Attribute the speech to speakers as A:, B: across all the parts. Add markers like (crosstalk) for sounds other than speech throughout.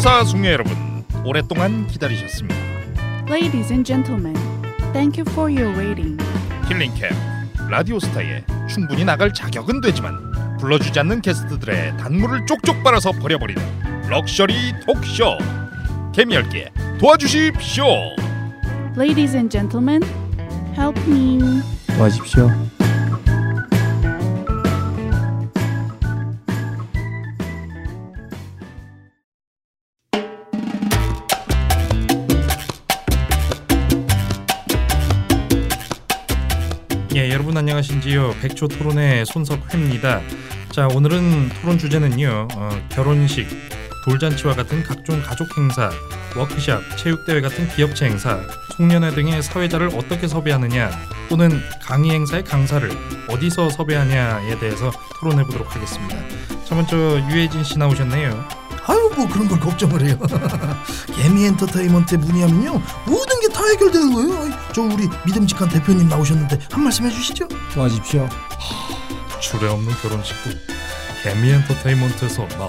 A: 사숭해 여러분 오랫동안 기다리셨습니다.
B: Ladies and gentlemen, thank you for your waiting.
A: 힐링캠 라디오 스타에 충분히 나갈 자격은 되지만 불러주지 않는 게스트들의 단물을 쪽쪽 빨아서 버려버리는 럭셔리 톡쇼 개미열게 도와주십시오.
B: Ladies and gentlemen, help me.
C: 도와십시오.
D: 예, 여러분 안녕하신지요. 백초 토론의 손석회입니다. 자, 오늘은 토론 주제는요. 어, 결혼식, 돌잔치와 같은 각종 가족 행사, 워크샵, 체육대회 같은 기업체 행사, 송년회 등의 사회자를 어떻게 섭외하느냐, 또는 강의 행사의 강사를 어디서 섭외하냐에 대해서 토론해 보도록 하겠습니다. 자, 먼저 유해진 씨 나오셨네요.
E: 아유 뭐 그런 걸 걱정을 해요. (laughs) 개미 엔터테인먼트에 문의하면요 모든 게 다 해결되는 거예요. 아이, 저 우리 믿음직한 대표님 나오셨는데 한 말씀 해주시죠.
C: 도와십시오.
D: 주례 없는 결혼식도 개미 엔터테인먼트에서 나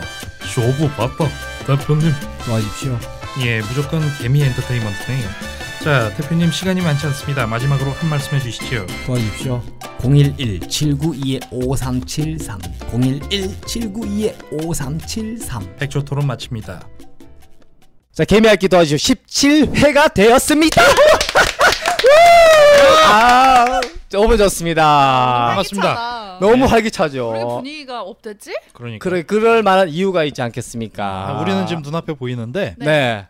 D: 쇼부 봤다. 대표님
C: 도와십시오.
D: 예, 무조건 개미 엔터테인먼트네요. 자, 대표님 시간이 많지 않습니다. 마지막으로 한 말씀 해주시죠.
C: 도와십시오.
F: 011-792-5373 011-792-5373
D: 백조 토론 마칩니다.
C: 자, 개미할기 도와주십시오. 17회가 되었습니다. 아, 너무
A: 아,
C: 좋습니다.
A: 반갑습니다.
C: 너무
D: 네.
G: 아, 우리
C: 활기차죠.
G: 분위기가 업됐지?
D: 그러니까
C: 그래, 그럴 만한 이유가 있지
A: 아,
C: 않겠습니까?
A: 우리는 지금 눈앞에 보이는데
C: 네.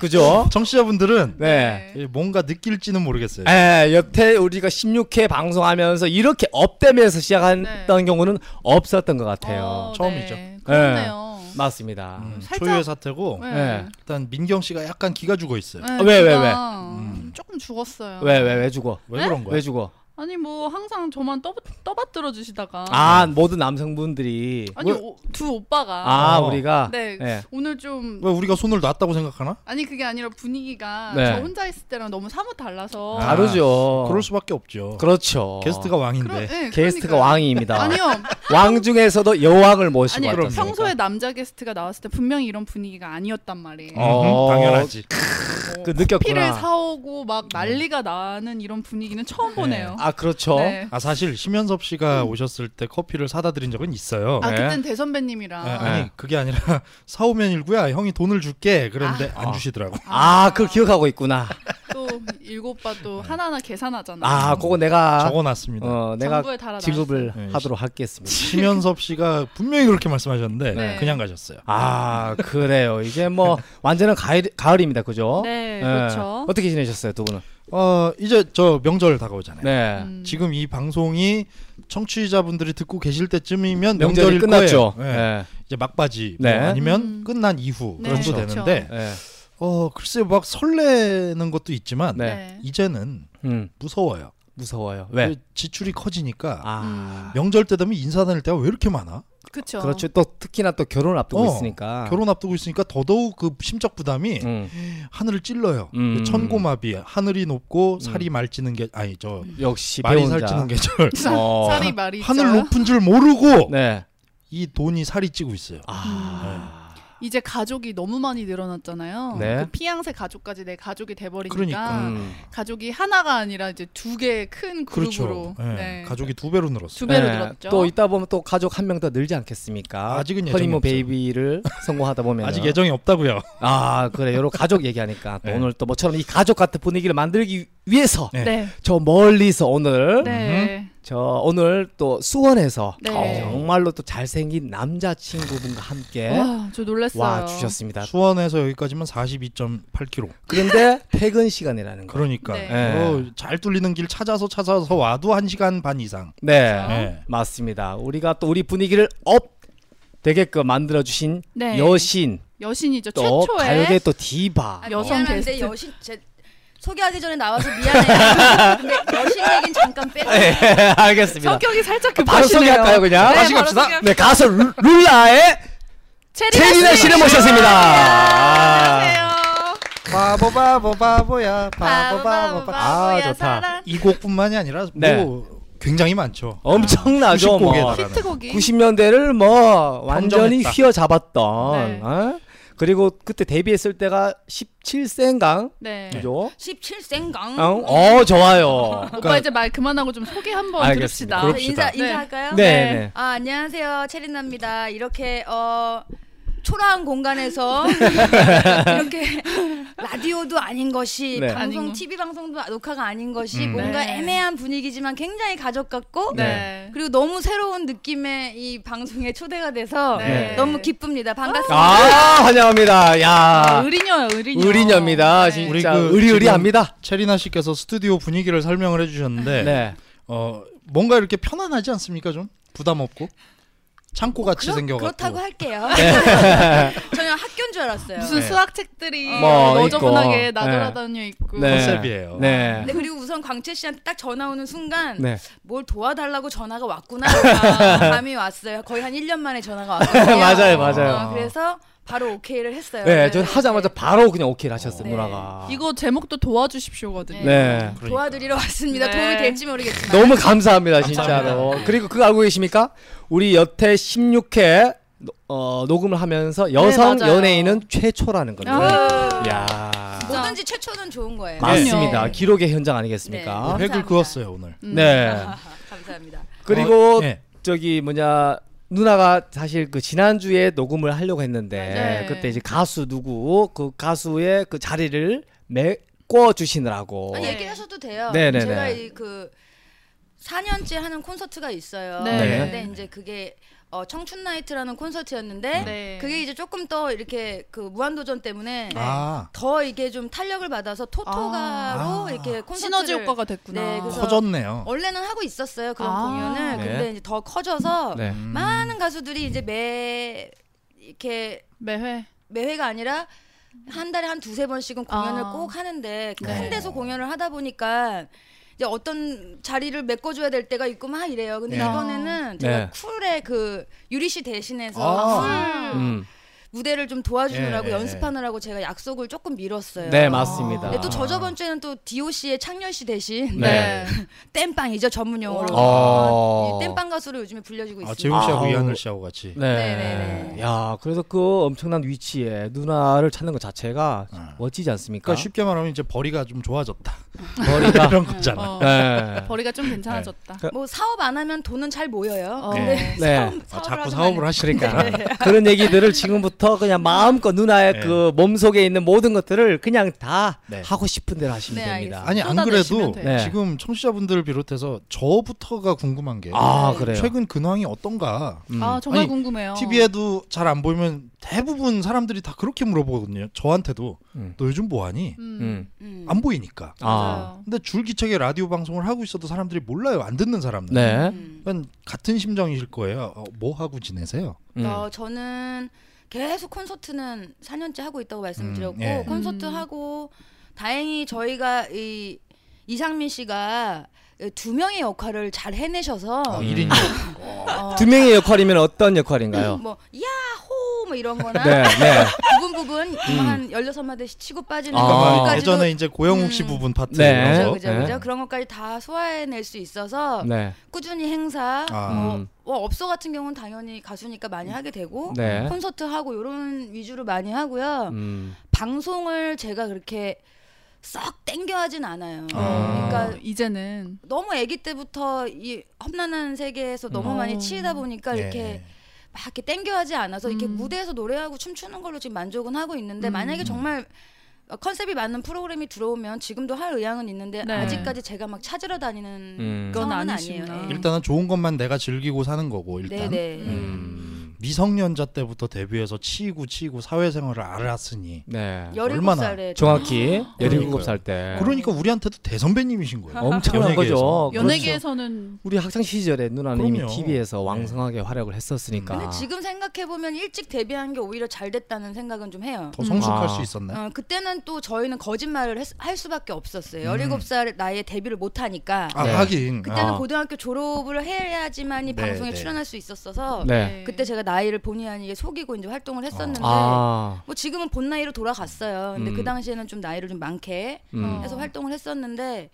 C: 그죠?
A: 청취자분들은
C: 네.
A: 뭔가 느낄지는 모르겠어요.
G: 네.
C: 에, 여태 우리가 16회 방송하면서 이렇게 업되면서 시작했던 경우는 없었던 것 같아요.
G: 네. 어,
A: 처음이죠.
G: 네. 그렇네요.
C: 맞습니다.
A: 음,
G: 살짝-
A: 초유의 사태고
C: 네. 아,
A: 일단 민경 씨가 약간 기가 죽어 있어요.
G: 네,
C: 왜, 왜,
G: 제가
C: 왜?
A: 음.
G: 조금 죽었어요.
C: 왜, 왜, 왜 죽어?
A: 왜
G: 네?
A: 그런 거야?
C: 왜 죽어?
G: 아니 뭐 항상 저만 떠, 떠받들어 주시다가
C: 아, 모든 남성분들이.
G: 아니
C: 왜-
G: 오, 두 오빠가
C: 아,
A: 아,
C: 우리가.
G: 네,
C: 네.
G: 오늘 좀
A: 왜 우리가 손을 놨다고 생각하나?
G: 아니 그게 아니라 분위기가
C: 네.
G: 저 혼자 있을 때랑 너무 사뭇 달라서
A: 아,
C: 다르죠.
A: 그럴 수밖에 없죠.
C: 어. 그렇죠.
A: 게스트가 왕인데.
G: 그런- 네,
C: 게스트가
G: 그러니까요.
C: 왕입니다. (laughs)
G: 아니요
C: 왕 중에서도 여왕을 모시고
G: 아니
A: 그럼요.
C: 왔습니다.
G: 평소에 남자 게스트가 나왔을 때 분명히 이런 분위기가 아니었단 말이에요.
A: 음,
C: 어.
A: 당연하지.
G: 뭐
C: 그 느꼈구나.
G: 커피를 사오고 막 난리가 나는 이런 분위기는 처음 보네요.
C: 아, 그렇죠.
G: 네.
A: 아 사실 심연섭 씨가 오셨을 때 커피를 사다 드린 적은 있어요.
G: 아
C: 네.
G: 그땐 대선배님이랑
A: 아, 아니 그게 아니라 (laughs) 사오면 일구야 형이 돈을 줄게 그런데 안 주시더라고.
C: 아, 그걸 기억하고 있구나.
G: 또 일곱 바 또 하나하나 계산하잖아.
C: 아, 그거 내가
A: 음. 적어놨습니다.
C: 어, 내가
G: 장부에 달아
C: 지급을
A: 네,
C: 하도록 하겠습니다.
A: 심연섭 씨가 분명히 그렇게 말씀하셨는데
G: 네.
A: 그냥 가셨어요.
C: 아, 그래요.
A: (laughs)
C: 이제 뭐 완전한 가을, 가을입니다. 그죠?
G: 네,
C: 예.
G: 그렇죠.
C: 어떻게 지내셨어요, 두 분은?
A: 어 이제 저 명절 다가오잖아요.
C: 네.
G: 음.
A: 지금 이 방송이 청취자분들이 듣고 계실 때쯤이면
C: 명절이
A: 명절일
C: 끝났죠.
A: 거예요. 네.
C: 예.
A: 이제 막바지
C: 네.
A: 뭐 아니면
G: 음.
A: 끝난 이후
G: 네,
A: 정도
G: 그렇죠.
A: 되는데
C: 예.
A: 어 글쎄 막 설레는 것도 있지만
C: 네.
G: 네.
A: 이제는
C: 음.
A: 무서워요.
C: 무서워요. 왜?
A: 그 지출이 커지니까
C: 네. 아.
A: 명절 때 되면 인사 다닐 때가 왜 이렇게 많아?
G: 그렇죠.
C: 그렇죠. 또 특히나 또 결혼 앞두고
A: 어,
C: 있으니까.
A: 결혼 앞두고 있으니까 더더욱 그 심적 부담이
C: 아. 음.
A: 하늘을 찔러요.
C: 음.
A: 그 천고마비 하늘이 높고 살이 말찌는 게 아니 저
C: 음. 역시
A: 말이
C: 배운자.
G: (laughs)
A: 살찌는
C: (laughs)
A: 계절.
G: 사-
C: 어.
G: 살이 뭐. 말이
A: 하늘
G: 있어요.
A: 높은 줄 모르고
C: 네.
A: 이 돈이 살이 찌고 있어요.
C: 아.
G: 이제 가족이 너무 많이 늘어났잖아요.
C: 네.
G: 그 피양새 가족까지 내 가족이 돼버리니까
A: 그러니까.
C: 음.
G: 가족이 하나가 아니라 이제 두 개의 큰 그룹으로
A: 그렇죠. 예,
G: 네.
A: 가족이 두 배로 늘었어요.
G: 두 배로
C: 네.
G: 늘었죠.
C: 또 있다 보면 또 가족 한 명 더 늘지 않겠습니까?
A: 아직은 예정이
C: 허니문
A: 없어요.
C: 베이비를 성공하다 보면
A: 아직 예정이 없다고요.
C: 아 그래 여러 가족 얘기하니까 또
A: 네.
C: 오늘 또 뭐처럼 이 가족 같은 분위기를 만들기 위해서
A: 네.
G: 네.
C: 저 멀리서 오늘
G: 네.
C: 저 오늘 또 수원에서
G: 네.
C: 정말로 또 잘생긴 남자친구분과 함께
G: 와, 저 놀랐어요.
C: 네. 와 주셨습니다.
A: 수원에서 여기까지만 42.8km.
C: 네. 그런데 퇴근 시간이라는 거.
A: 그러니까
G: 네.
C: 예.
A: 어, 잘 뚫리는 길 찾아서 찾아서 와도 한 시간 반 이상.
C: 네.
A: 예.
C: 맞습니다. 우리가 또 우리 분위기를 업 되게끔 만들어 주신
G: 네.
C: 여신
G: 여신이죠.
C: 또
G: 최초의
C: 가요계 또 디바.
H: 아,
G: 여성
H: 미안한데
G: 게스트.
H: 여신 제 소개하기 전에 나와서 미안해요. (laughs) 근데 여신 얘기는 잠깐
G: 아, 네.
C: (laughs) 예,
H: 빼.
C: 알겠습니다.
G: 성격이 살짝
C: 바로
G: 급하시네요.
C: 소개할까요 그냥?
G: 네, 다시 바로 갑시다. 소개합시다.
C: 네 가수 루- 룰라의
G: 체리나
C: 체리나 씨를 모셨습니다. 아.
G: 안녕하세요.
C: 바보 바보 바보야 아
H: 바보야,
C: 좋다.
H: 사랑.
A: 이 곡뿐만이 아니라
C: 네.
A: 뭐 굉장히 많죠.
C: 엄청나죠 뭐.
A: 구십 곡에 나가는.
G: 히트곡이
C: 90년대를 뭐 완전히
A: 평정했다.
C: 휘어잡았던
G: 네.
C: 어? 그리고 그때 데뷔했을 때가 17세인가?
G: 네. 음.
C: 그죠?
H: 17생강. 네.
C: 어, 어, 좋아요. 그러니까
G: 오빠 이제 말 그만하고 좀 소개 한번 들읍시다.
C: 알겠습니다. 그럼-
H: 인사
C: 봅시다.
G: 네. 음.
H: 인사할까요?
C: 네, 네.
H: 아, 안녕하세요. 체린나입니다. 이렇게 어
C: (laughs)
H: 초라한 공간에서 이렇게 라디오도 아닌 것이
C: 네.
H: 방송
G: 아닌 거.
H: TV 방송도 녹화가 아닌 것이
I: 음.
H: 뭔가
G: 네.
H: 애매한 분위기지만 굉장히 가족 같고
G: 네.
H: 그리고 너무 새로운 느낌의 이 방송에 초대가 돼서
G: 네.
H: 너무 기쁩니다. 반갑습니다.
C: 아, 환영합니다.
G: 아,
C: 야.
G: 의리녀요, 의리녀.
C: 의리녀입니다.
G: 네.
C: 진짜
A: 우리 그
C: 의리의리합니다.
A: 체리나 씨께서 스튜디오 분위기를 설명을 해주셨는데
C: 네.
A: 어 뭔가 이렇게 편안하지 않습니까 좀 부담 없고 창고 같이
H: 그렇-
A: 생겨갖고
H: 그렇다고 할게요.
C: 네.
H: (laughs) 저는 학교인 줄 알았어요.
G: 무슨 수학책들이
C: 뭐
G: 너저분하게
C: 있고.
G: 나돌아다녀 있고.
C: 네.
A: 그 컨셉이에요.
C: 네.
H: 근데 그리고 우선 광채 씨한테 딱 전화 오는 순간
C: 네.
H: 뭘 도와달라고 전화가 왔구나 (laughs) 아, 감이 왔어요. 거의 한 1년 만에 전화가 왔거든요.
C: (laughs) 맞아요, 맞아요.
H: 어, 그래서 바로 오케이를 했어요.
C: 네, 전 하자마자 바로 그냥 오케이를 하셨어요,
H: 네.
C: 누나가.
G: 이거 제목도 도와주십시오거든요.
C: 네.
A: 그러니까.
H: 도와드리러 왔습니다.
G: 네.
H: 도움이 될지 모르겠지만
C: 너무 감사합니다, 진짜로. 그리고 그거 알고 계십니까? 우리 여태 16회 어, 녹음을 하면서 여성
G: 맞아요.
C: 연예인은 최초라는 건데.
G: 아.
C: 야.
H: 뭐든지 최초는 좋은 거예요.
C: 맞습니다.
G: 그럼요.
C: 기록의 현장 아니겠습니까?
H: 네.
A: 획을
H: 감사합니다.
A: 그었어요 오늘.
G: 음.
C: 네.
H: 감사합니다.
C: 그리고
A: 어, 네.
C: 저기 뭐냐 누나가 사실 그 지난주에 녹음을 하려고 했는데
G: 네.
C: 그때 이제 가수 누구 그 가수의 그 자리를 메꿔 주시느라고
H: 아니
G: 네.
H: 얘기하셔도 돼요.
C: 어. 네네네.
H: 제가 이 그 4년째 하는 콘서트가 있어요.
G: 네.
C: 네.
H: 근데 이제 그게 어, 청춘 나이트라는 콘서트였는데
G: 네.
H: 그게 이제 조금 더 이렇게 그 무한도전 때문에
C: 네.
A: 아
H: 더 이게 좀 탄력을 받아서 토토가로
A: 아.
H: 이렇게 콘서트를
G: 네. 시너지 효과가 됐구나.
H: 네, 그래서
A: 커졌네요.
H: 원래는 하고 있었어요 그런
G: 아.
H: 공연을
C: 네.
H: 근데 이제 더 커져서
C: 네.
A: 음.
H: 많은 가수들이 이제 매 이렇게
G: 매회.
C: 네.
H: 매회가 아니라 한 달에 한 두세 번씩은 공연을
G: 아.
H: 꼭 하는데 큰
C: 네.
H: 데서 공연을 하다 보니까 이제 어떤 자리를 메꿔줘야 될 때가 있고 막 이래요 근데
A: 네.
H: 이번에는 제가
C: 네.
H: 쿨의 그 유리 씨 대신해서
A: 아.
H: 쿨
C: 음.
H: 무대를 좀 도와주느라고
A: 예, 예,
H: 연습하느라고 제가 약속을 조금 미뤘어요
C: 네 맞습니다.
H: 네, 또 저저번 주에는 또 디오씨의 창렬 씨 대신
C: 네.
H: (laughs) 땜빵이죠 전문 용어로.
C: 어.
H: 이 땜빵 가수로 요즘에 불려지고
A: 아
H: 있습니다.
A: 재훈 씨하고
C: 아우.
A: 이하늘 씨하고 같이.
C: 네.
H: 네네네.
C: 야 그래서 그 엄청난 위치에 누나를 찾는 것 자체가
A: 어.
C: 멋지지 않습니까?
A: 그러니까 쉽게 말하면 이제 벌이가 좀 좋아졌다. (laughs)
C: 머리가
A: 이런 거잖아.
G: 어,
C: 네.
G: 벌이가 좀 괜찮아졌다.
H: 뭐 사업 안 하면 돈은 잘 모여요.
G: 어.
H: 근데
C: 네.
A: 예. 아,
H: 사업을
A: 자꾸
H: 하지
A: 사업을
H: 말고. 네.
A: 하시니까.
C: 그런 얘기들을 지금부터 그냥 마음껏 누나의
A: 네.
C: 그 몸속에 있는 모든 것들을 그냥 다
A: 네.
C: 하고 싶은 대로 하시면
H: 네,
C: 됩니다.
A: 아니 안 그래도
G: 쏟아내시면 돼요.
C: 네.
A: 지금 청취자분들 비롯해서 저부터가 궁금한 게
C: 아 그래요.
A: 최근 근황이 어떤가?
C: 음.
G: 아 정말
A: 아니,
H: 어.
G: 궁금해요.
A: TV에도 잘 안 보이면 대부분 사람들이 다 그렇게 물어보거든요. 저한테도
C: 음.
A: 너 요즘 뭐 하니?
G: 음,
C: 음.
H: 음. 어.
A: 안 보이니까.
C: 아.
G: 맞아요.
A: 근데 줄기차게 라디오 방송을 하고 있어도 사람들이 몰라요. 안 듣는 사람들.
C: 네.
H: 음.
A: 그건 같은 심정이실 거예요. 어, 뭐 하고 지내세요?
C: 음.
H: 어, 저는 계속 콘서트는 4년째 하고 있다고 말씀드렸고
A: 음, 예.
H: 콘서트
G: 음.
H: 하고 다행히 저희가 이 이상민 씨가 두 명의 역할을 잘 해내셔서
A: 어,
C: 음.
A: 1인
H: 어,
C: 두 명의 역할이면 어떤
A: 예.
C: 역할인가요?
H: 뭐 야호 뭐 이런 거나
C: 네, 네,
H: 부분 부분 한 16마디씩 치고 빠지는
C: 아.
A: 그러니까
H: 것까지도
A: 음. 예전에 이제 고영욱 씨
H: 음.
A: 부분 파트
C: 네.
A: 이런
H: 그죠,
A: 거.
H: 그죠,
C: 네.
H: 그죠. 그런 것까지 다 소화해낼 수 있어서
C: 네,
H: 꾸준히 행사,
A: 음. 아.
H: 뭐,
C: 음.
H: 뭐 업소 같은 경우는 당연히 가수니까 많이 하게 되고
C: 네.
H: 콘서트 하고 이런 위주로 많이 하고요.
C: 음.
H: 방송을 제가 그렇게 썩 땡겨 하진 않아요.
A: 아.
H: 그러니까
G: 네. 이제는
H: 너무 아기 때부터 이 험난한 세계에서 너무
G: 음.
H: 많이 치이다 보니까 이렇게
A: 예.
H: 막 이렇게 땡겨하지 않아서 이렇게
G: 음.
H: 무대에서 노래하고 춤추는 걸로 지금 만족은 하고 있는데
G: 음.
H: 만약에 정말 컨셉이 맞는 프로그램이 들어오면 지금도 할 의향은 있는데
G: 네.
H: 아직까지 제가 막 찾으러 다니는
C: 음.
H: 상황은
G: 그건
H: 아니에요.
G: 아니시구나.
H: 네.
A: 일단은 좋은 것만 내가 즐기고 사는 거고 일단
H: 네네.
C: 음.
A: 미성년자 때부터 데뷔해서 치이고 치이고 사회생활을 알았으니
C: 네.
A: 얼마나
H: 17살에
C: 정확히
A: 그러니까요.
C: 17살 때
A: 그러니까 우리한테도 대선배님이신 거예요.
C: 네. 엄청난 거죠.
A: 연예계에서.
C: 그렇죠.
G: 연예계에서는
C: 우리 학창 시절에 누나는 이미
A: 그럼요.
C: TV에서
E: 네.
C: 왕성하게 활약을 했었으니까.
H: 근데 지금 생각해 보면 일찍 데뷔한 게 오히려 잘 됐다는 생각은 좀 해요.
A: 더 성숙할
C: 아.
A: 수 있었나요?
H: 어, 그때는 또 저희는 거짓말을 했- 할 수밖에 없었어요.
A: 음.
H: 17살 나이에 데뷔를 못 하니까
A: 아
C: 네.
A: 하긴
H: 그때는
C: 아.
H: 고등학교 졸업을
A: 네,
H: 해야지만이 방송에
A: 네.
H: 출연할 수 있었어서
C: 네.
H: 그때 제가 나이를 본의 아니게 속이고 이제 활동을 했었는데
C: 아.
H: 뭐 지금은 본 나이로 돌아갔어요. 근데
C: 음.
H: 그 당시에는 좀 나이를 좀 많게
C: 음.
H: 해서 활동을 했었는데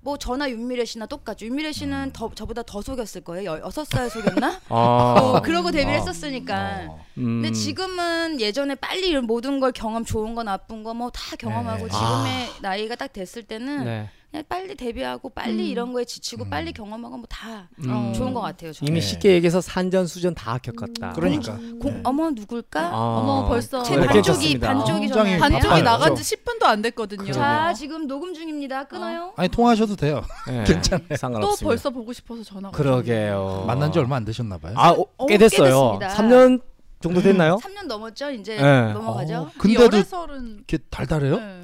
H: 뭐 저나 윤미래 씨나 똑같죠. 윤미래
C: 음.
H: 씨는 더, 저보다 더 속였을 거예요. 여- 여섯 살 속였나?
C: 아.
H: 어, 그러고 데뷔를
E: 아.
H: 했었으니까.
C: 음.
H: 근데 지금은 예전에 빨리 이런 모든 걸 경험 좋은 거 나쁜 거 뭐 다 경험하고
F: 네.
H: 지금의 나이가 딱 됐을 때는
C: 아. 네.
H: 그냥 빨리 데뷔하고
G: 음.
H: 빨리 이런 거에 지치고
F: 음.
H: 빨리 경험하고 뭐 다
C: 음.
H: 좋은 것 같아요. 저는.
C: 이미
F: 네.
C: 쉽게 얘기해서 산전수전 다 겪었다.
E: 그러니까.
H: 공, 어머 누굴까?
C: 음. 네. 아.
H: 음, 어머 벌써 제
C: 네,
H: 반쪽이
C: 괜찮습니다. 어,
H: 반쪽이
E: 굉장히
H: 전화하네요.
G: 반쪽이
E: 아파요.
G: 나간 지 10분도 안 됐거든요.
C: 그러네요. 아.
H: 자 지금 녹음 중입니다. 끊어요.
E: 아니 통화하셔도 돼요.
C: 네.
E: 괜찮아요.
G: 또
C: 상관없습니다.
G: 벌써 보고 싶어서 전화.
C: 그러게요.
E: 만난 지 얼마 안 되셨나 봐요.
C: 어. 아, 어,
H: 어,
C: 꽤
H: 꽤
C: 됐어요.
H: 됐습니다. 음,
C: 3년 정도 됐나요?
H: 3년 넘었죠. 이제
C: 아. 네.
H: 넘어가죠.
E: 근데도
G: 열애설은
E: 이렇게 달달해요?
G: 네.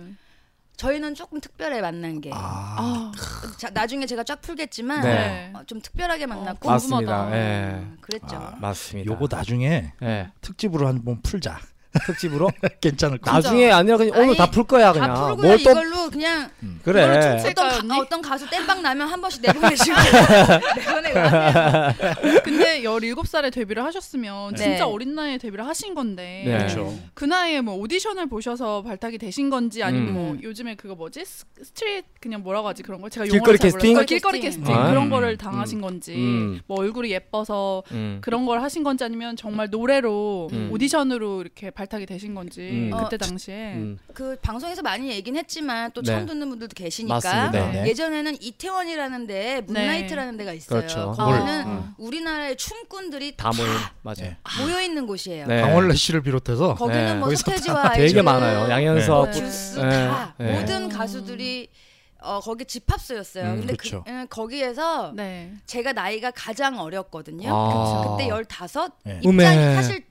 H: 저희는 조금 특별해 만난 게.
E: 아,
G: 아,
H: 자, 나중에 제가 쫙 풀겠지만
C: 네.
H: 어, 좀 특별하게 만났고 음,
G: 어,
C: 맞습니다.
G: 궁금하다.
C: 예.
H: 그랬죠.
E: 아,
C: 맞습니다.
E: 요거 나중에
C: 예.
E: 특집으로 한번 풀자. (laughs)
H: (laughs)
C: 특집으로
E: 괜찮을 것 같아.
C: 나중에 아니라 그냥 오늘
H: 아니,
C: 다 풀 거야 그냥.
H: 다 풀고요.
C: 뭘 또-
H: 이걸로 그냥
C: 그래.
G: 이걸로 청취-
H: 어떤,
G: 그럴까요,
H: 가,
G: 언니? 네,
H: 어떤 가수 땜빵 나면 한
G: (laughs)
H: 번씩 내보내시고 내보내고
G: 그렇죠. 근데 17살에 데뷔를 하셨으면
H: 네.
G: 진짜 어린 나이에 데뷔를 하신 건데
C: 네.
E: 그렇죠.
G: 그 나이에 뭐 오디션을 보셔서 발탁이 되신 건지 아니면
C: 음.
G: 뭐 요즘에 그거 뭐지 스- 스트릿 그냥 뭐라고 하지 그런 걸 제가
C: 길거리
G: 용어를 잘
C: 캐스팅?
G: 몰라서. 길거리 캐스팅
C: 아,
G: 그런
D: 음.
G: 거를 당하신 건지
C: 음.
G: 뭐 얼굴이 예뻐서
C: 음.
G: 그런 걸 하신 건지 아니면 정말 노래로
C: 음.
G: 오디션으로 이렇게 발탁이 되신 건지
C: 음.
G: 그때
H: 아,
G: 당시에
C: 음.
H: 그 방송에서 많이 얘기는 했지만 또
C: 네.
H: 처음 듣는 분들도 계시니까
C: 맞습니다.
E: 네, 네.
H: 아, 예전에는 이태원이라는 데 문나이트라는
G: 네.
H: 데가 있어요.
C: 그렇죠.
H: 거기는
G: 뭘.
H: 우리나라의 춤꾼들이
C: 다
H: 다
C: 모임 맞아요.
E: 네.
H: 모여 있는 곳이에요.
C: 네.
E: 강원래 씨를 비롯해서
H: 거기는
C: 네.
H: 뭐
E: 거기서
H: 서태지와
C: 되게
H: 아이즈는
C: 많아요. 양현석,
H: 뭐 주스
C: 네.
H: 다
C: 네.
H: 모든 가수들이 어, 거기 집합소였어요.
C: 음,
H: 근데
E: 그렇죠.
H: 그, 음, 거기에서
G: 네.
H: 제가 나이가 가장 어렸거든요.
C: 아.
H: 그때 열다섯
E: 네.
H: 입장이
C: 음에.
H: 사실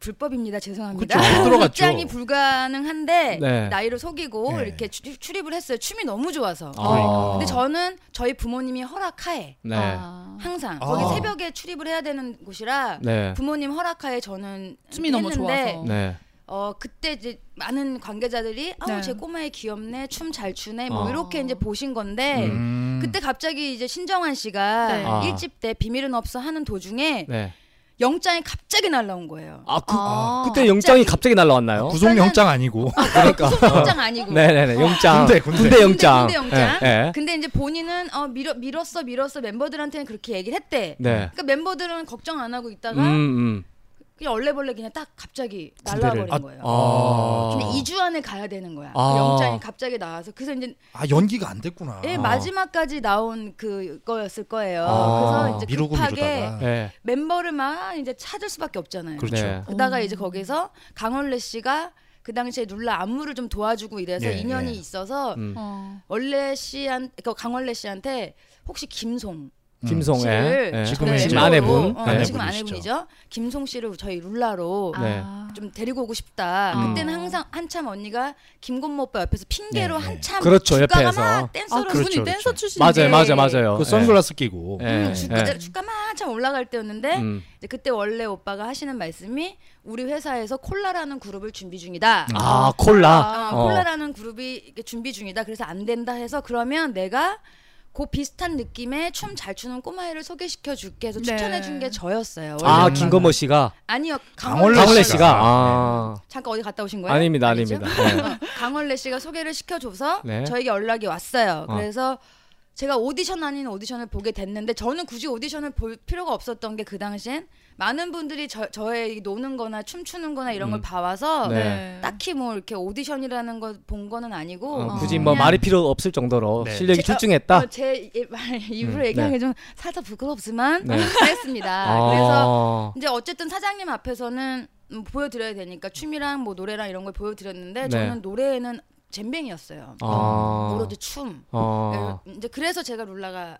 H: 불법입니다. 죄송합니다.
E: 그쵸, 못 들어갔죠.
H: 입장이 불가능한데
C: 네.
H: 나이를 속이고
E: 네.
H: 이렇게 추- 출입을 했어요. 춤이 너무 좋아서.
E: 그러니까.
C: 아.
H: 근데 저는 저희 부모님이 허락하에
C: 네.
G: 아.
H: 항상
E: 아.
H: 거기 새벽에 출입을 해야 되는 곳이라
C: 네.
H: 부모님 허락하에 저는
G: 춤이 너무
H: 했는데
G: 좋아서.
C: 네.
H: 어 그때 이제 많은 관계자들이 아우
G: 네. 아.
H: 제 꼬마애 귀엽네 춤 잘 추네 뭐
C: 어.
H: 이렇게 이제 보신 건데
C: 음.
H: 네. 그때 갑자기 이제 신정환 씨가
G: 네.
C: 아.
H: 일 1집 때 비밀은 없어 하는 도중에
C: 네.
H: 영장이 갑자기 날라온 거예요.
C: 아, 그,
G: 아.
C: 그때 영장이 갑자기
A: 아,
C: 날라왔나요?
E: 구속영장
C: (laughs)
E: 아니고
C: 그러니까.
H: 영장 아니고.
C: 네, 네, 네. 영장.
E: 군대 군대.
C: 군대 영장.
H: 군대 영장.
C: 네.
H: 근데 이제 본인은 어 밀어 밀었어 밀었어 멤버들한테는 그렇게 얘기를 했대.
C: 네.
H: 그러니까 멤버들은 걱정 안 하고
C: 음,
H: 있다가
C: 음.
H: 그냥 얼레벌레 그냥 딱 갑자기 날라버린
E: 아,
H: 거예요.
C: 아.
H: 근데 2주 안에 가야 되는 거야.
C: 아.
H: 그 영장이 갑자기 나와서 그래서 이제
E: 아 연기가 안 됐구나.
H: 예,
C: 아.
H: 마지막까지 나온 그거였을 거예요.
C: 아.
H: 그래서 이제
E: 미루고
H: 급하게
E: 미루다가.
C: 네.
H: 멤버를 막 이제 찾을 수밖에 없잖아요. 그
E: 그렇죠.
C: 네.
H: 러다가 이제 거기서 강원래 씨가 그 당시에 룰라 안무를 좀 도와주고 이래서
E: 예,
H: 인연이
E: 예.
H: 있어서
C: 음.
G: 어.
H: 원래 씨한 그 강원래 씨한테 혹시 김송
C: 김송애.
H: 씨를
C: 네.
E: 음. 지금의
H: 네,
E: 이제
C: 아내분.
H: 어,
C: 네.
E: 아내분이시죠.
H: 지금 아내분이죠. 김송 씨를 저희 룰라로
C: 네.
G: 아.
H: 좀 데리고 오고 싶다.
G: 음.
H: 그때는 항상 한참 언니가 김건모 오빠 옆에서 핑계로
E: 네, 네.
H: 한참
C: 그렇죠,
H: 주가가
C: 옆에서.
H: 막
G: 아,
H: 댄서로
G: 그분이
E: 그렇죠,
G: 댄서
E: 그렇죠.
G: 출신인데
C: 맞아요, 맞아요, 맞아요.
E: 그 선글라스 끼고
C: 네.
H: 음, 주가, 주가 한참 올라갈 때였는데
C: 음.
H: 이제 그때 원래 오빠가 하시는 말씀이 우리 회사에서 콜라라는 그룹을 준비 중이다.
C: 아, 콜라.
H: 아,
C: 어.
H: 콜라라는 그룹이 이렇게 준비 중이다. 그래서 안 된다 해서 그러면 내가 그 비슷한 느낌의 춤 잘 추는 꼬마애를 소개시켜 줄게 해서
G: 네.
H: 추천해 준 게 저였어요.
C: 아,
H: 원래는.
C: 김건모 씨가
H: 아니요. 강원래,
C: 강원래
E: 강원래
H: 씨.
C: 씨가 아.
H: 잠깐 어디 갔다 오신 거예요?
C: 아닙니다,
H: 아니죠? 어,
C: 아닙니다.
H: (laughs)
C: 네.
H: 강원래 씨가 소개를 시켜줘서
C: 네.
H: 저에게 연락이 왔어요.
C: 어.
H: 그래서 제가 오디션 아닌 오디션을 보게 됐는데 저는 굳이 오디션을 볼 필요가 없었던 게 그 당시엔 많은 분들이 저, 저의 이 노는 거나 춤추는 거나 이런
C: 음.
H: 걸 봐와서
C: 네.
H: 딱히 뭐 이렇게 오디션이라는 걸 본 거는 아니고
C: 어,
H: 어,
C: 굳이 뭐
H: 그냥
C: 말이 필요 없을 정도로
E: 네.
C: 실력이
H: 제-
C: 출중했다.
H: 어, 제 이- 말 (laughs) 입으로
C: 음,
H: 얘기하기 좀 살짝 부끄럽지만 (laughs)
C: 네.
H: 그랬습니다.
C: 아.
H: 그래서 이제 어쨌든 사장님 앞에서는 음, 보여드려야 되니까 춤이랑 뭐 노래랑 이런 걸 보여드렸는데
C: 네.
H: 저는 노래에는 젬뱅이었어요.
C: 아.
H: 오로지 춤. 네,
C: 어.
H: 이제 그래서 제가 룰라가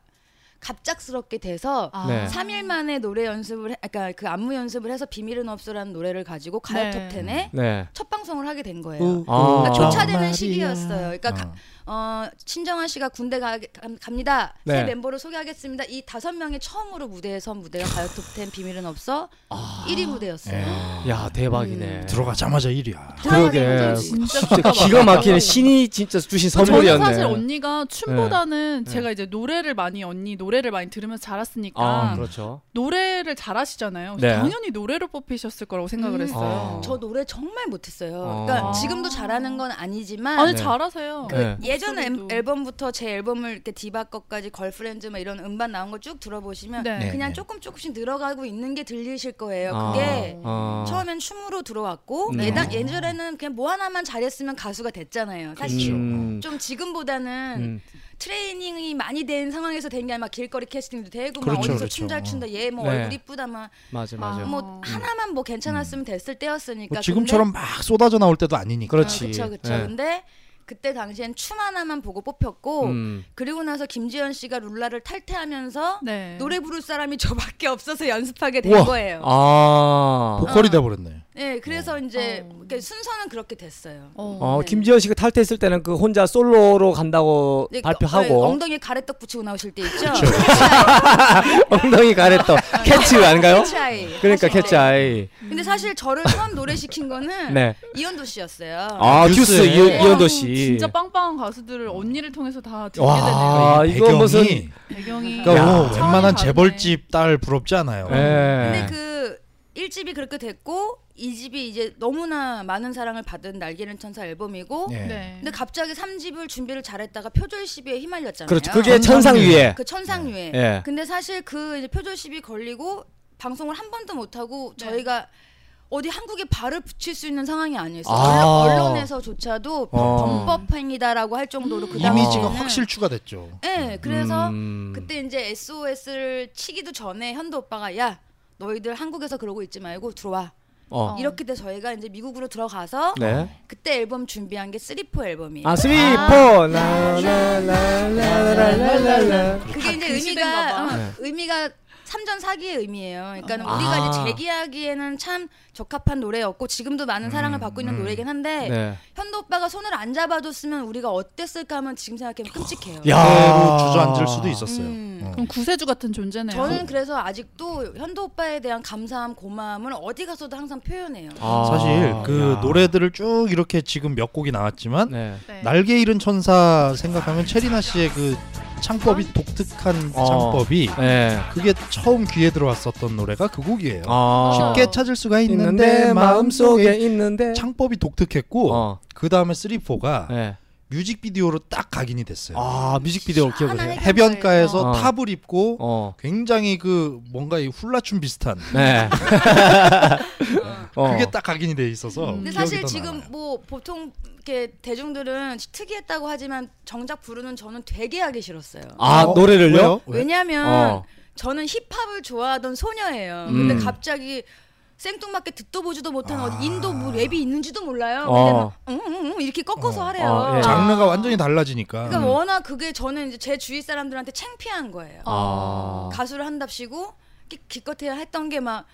H: 갑작스럽게 돼서
G: 아.
C: 네.
H: 3일 만에 노래 연습을 해, 그러니까 그 안무 연습을 해서 비밀은 없어라는 노래를 가지고 가요
G: 네.
H: 톱텐에
C: 네.
H: 첫 방송을 하게 된 거예요.
E: 우,
C: 아.
E: 우,
H: 그러니까
C: 아.
H: 교차되는
E: 마리아.
H: 시기였어요. 그러니까 가-
E: 어.
H: 어, 신정환 씨가 군대 가, 감- 갑니다.
C: 네.
H: 새 멤버로 소개하겠습니다. 이 다섯 명이 처음으로 무대에 선 무대가 가요 톱텐 비밀은 없어
C: 아.
H: 1위 무대였어요.
E: 예.
C: 야, 대박이네.
A: 음.
E: 들어가자마자 일이야.
H: 그러니까
C: 그러게.
G: 진짜
C: 진짜 기가 막히는 신이 진짜 주신
G: 저는
C: 선물이었네. 네.
G: 사실 언니가 춤보다는 제가 이제 노래를 많이 언니 노래를 많이 들으면서 자랐으니까
C: 아, 그렇죠.
G: 노래를 잘하시잖아요.
C: 네.
G: 당연히 노래로 뽑히셨을 거라고 생각을
H: 음.
G: 했어요.
C: 아.
H: 저 노래 정말 못했어요.
C: 어.
H: 그러니까
G: 아.
H: 지금도 잘하는 건 아니지만
G: 아니
C: 네.
G: 잘하세요.
C: 네.
H: 그 예전 앨,
G: 목소리도.
H: 앨범부터 제 앨범을 이렇게 디바 거까지 걸프렌즈 막 이런 음반 나온 거 쭉 들어보시면
G: 네.
H: 그냥
A: 네.
H: 조금 조금씩 늘어가고 있는 게 들리실 거예요.
C: 아.
H: 그러니까 그게
C: 어.
H: 처음엔 춤으로 들어왔고
C: 네.
H: 예다- 예전에는 그냥 뭐 하나만 잘했으면 가수가 됐잖아요. 사실
C: 음,
H: 좀 지금보다는
C: 음.
H: 트레이닝이 많이 된 상황에서 된 게 아니라 막 길거리 캐스팅도 되고
D: 그렇죠,
H: 막 어디서
D: 그렇죠.
H: 춤 잘 춘다 얘 뭐
C: 네.
H: 얼굴 이쁘다 막
C: 맞아
G: 아,
C: 맞아.
G: 뭐,
H: 뭐 하나만 뭐
C: 음.
H: 괜찮았으면 됐을 때였으니까 어,
F: 뭐 지금처럼 막 쏟아져 나올 때도 아니니까.
C: 그렇지.
H: 그렇죠 그렇죠
C: 예.
H: 근데 그때 당시엔 춤 하나만 보고 뽑혔고
C: 음.
H: 그리고 나서 김지현 씨가 룰라를 탈퇴하면서
G: 네.
H: 노래 부를 사람이 (laughs) 저밖에 없어서 연습하게 된
C: 우와.
H: 거예요
C: 아.
F: 보컬이 돼버렸네.
H: 네 그래서 이제
G: 어.
H: 이렇게 순서는 그렇게 됐어요
G: 어.
C: 어,
H: 네.
C: 김지현 씨가 탈퇴했을 때는 그 혼자 솔로로 간다고
H: 이제
C: 발표하고 그렇죠.
H: 어, 엉덩이에 가래떡 붙이고 나오실 때 있죠 (laughs)
C: (laughs) 엉덩이 가랬던 캐치 아닌가요?
H: 캐치아이
C: 그러니까
H: 하실 때.
C: 캐치 아이.
H: 근데 사실 저를 처음 노래 시킨 거는
C: 네.
H: 이현도 씨였어요
C: 아, 듀스
F: 듀스에.
C: 이,
G: 와,
C: 이현도 씨.
G: 네. 어, 아, 진짜 빵빵한 가수들을 언니를 통해서 다 듣게
C: 와,
G: 되네요.
C: 아, 이거
F: 배경이
C: 무슨-
G: 배경이
F: 그러니까
C: 야,
F: 뭐
G: 처음이
F: 웬만한
G: 다르네.
F: 재벌집 딸 부럽지 않아요.
H: 근데
C: 예.
H: 그 1집이 그렇게 됐고 2집이 이제 너무나 많은 사랑을 받은 날개는 천사 앨범이고
F: 예.
G: 네.
H: 근데 갑자기 3집을 준비를 잘했다가 표절 시비에 휘말렸잖아요.
C: 그렇죠. 그게 천상 위에.
H: 그 천상 위에.
C: 예.
H: 근데 사실 그 이제 표절 시비 걸리고 방송을 한 번도 못 하고
G: 네.
H: 저희가 어디 한국에 발을 붙일 수 있는 상황이 아니었어요.
C: 아.
H: 언론에서조차도
C: 어.
H: 범법 행위다라고 할 정도로 그
F: 이미지가
H: 당시에는-
F: 확 실추가 됐죠.
H: 네, 그래서
C: 음.
H: 그때 이제 SOS를 치기도 전에 현도 오빠가 야 너희들 한국에서 그러고 있지 말고 들어와
C: 어.
H: 이렇게 돼 저희가 이제 미국으로 들어가서
C: 네.
H: 그때 앨범 준비한 게 3포 앨범이에요.
C: 아, 스위퍼 라라라라라라라라.
H: 그게 이제
G: 그 시대인가
H: 의미가
G: 봐.
H: 어,
C: 네.
H: 의미가 삼전 사기의 의미예요. 그러니까
C: 아.
H: 우리가 이제 재기하기에는 참 적합한 노래였고 지금도 많은 사랑을 받고 있는 노래긴 한데
C: 음, 네.
H: 현도 오빠가 손을 안 잡아줬으면 우리가 어땠을까 하면 지금 생각하면 끔찍해요.
C: 야.
F: 그대로 주저앉을 수도 있었어요.
H: 음.
F: 어.
G: 그럼 구세주 같은 존재네요.
H: 저는 그래서 아직도 현도 오빠에 대한 감사함, 고마움을 어디 가서도 항상 표현해요.
C: 아.
F: 사실 그
C: 야.
F: 노래들을 쭉 이렇게 지금 몇 곡이 나왔지만
C: 네.
G: 네.
F: 날개 잃은 천사 생각하면 체리나 씨의 그
G: 아.
F: 창법이 독특한
C: 어.
F: 창법이
C: 네.
F: 그게 처음 귀에 들어왔었던 노래가 그 곡이에요.
C: 아.
F: 쉽게 찾을 수가 있는데,
C: 있는데 마음속에
F: 마음속에
C: 있는데
F: 창법이 독특했고
C: 어.
F: 그 다음에 3,4가
C: 네.
F: 뮤직비디오로 딱 각인이 됐어요.
C: 아, 뮤직비디오 기억하세요?
H: 하나의-
F: 해변가에서
C: 어.
F: 탑을 입고
C: 어.
F: 굉장히 그 뭔가 이 훌라춤 비슷한
C: 네. (laughs) 어.
F: 그게 딱 각인이 돼 있어서
G: 음.
H: 근데
F: 기억이
H: 사실
F: 더
H: 지금
F: 남아요.
H: 뭐 보통 이렇게 대중들은 특이했다고 하지만 정작 부르는 저는 되게 하기 싫었어요.
C: 아,
F: 어,
C: 노래를요?
F: 왜요?
H: 왜냐면
C: 어.
H: 저는 힙합을 좋아하던 소녀예요.
C: 음.
H: 근데 갑자기 생뚱맞게 듣도 보지도 못한
F: 아.
H: 어디 인도 뭐 랩이 있는지도 몰라요. 근데
C: 어.
H: 막 응, 응, 응 이렇게 꺾어서
F: 어.
H: 하래요. 아.
C: 어, 예. 장-
F: 장르가 완전히 달라지니까
C: 음.
A: 음.
H: 그러니까 워낙 그게 저는 이제 제 주위 사람들한테 창피한 거예요.
C: 아.
H: 가수를 한답시고 기, 기껏해야 했던 게 막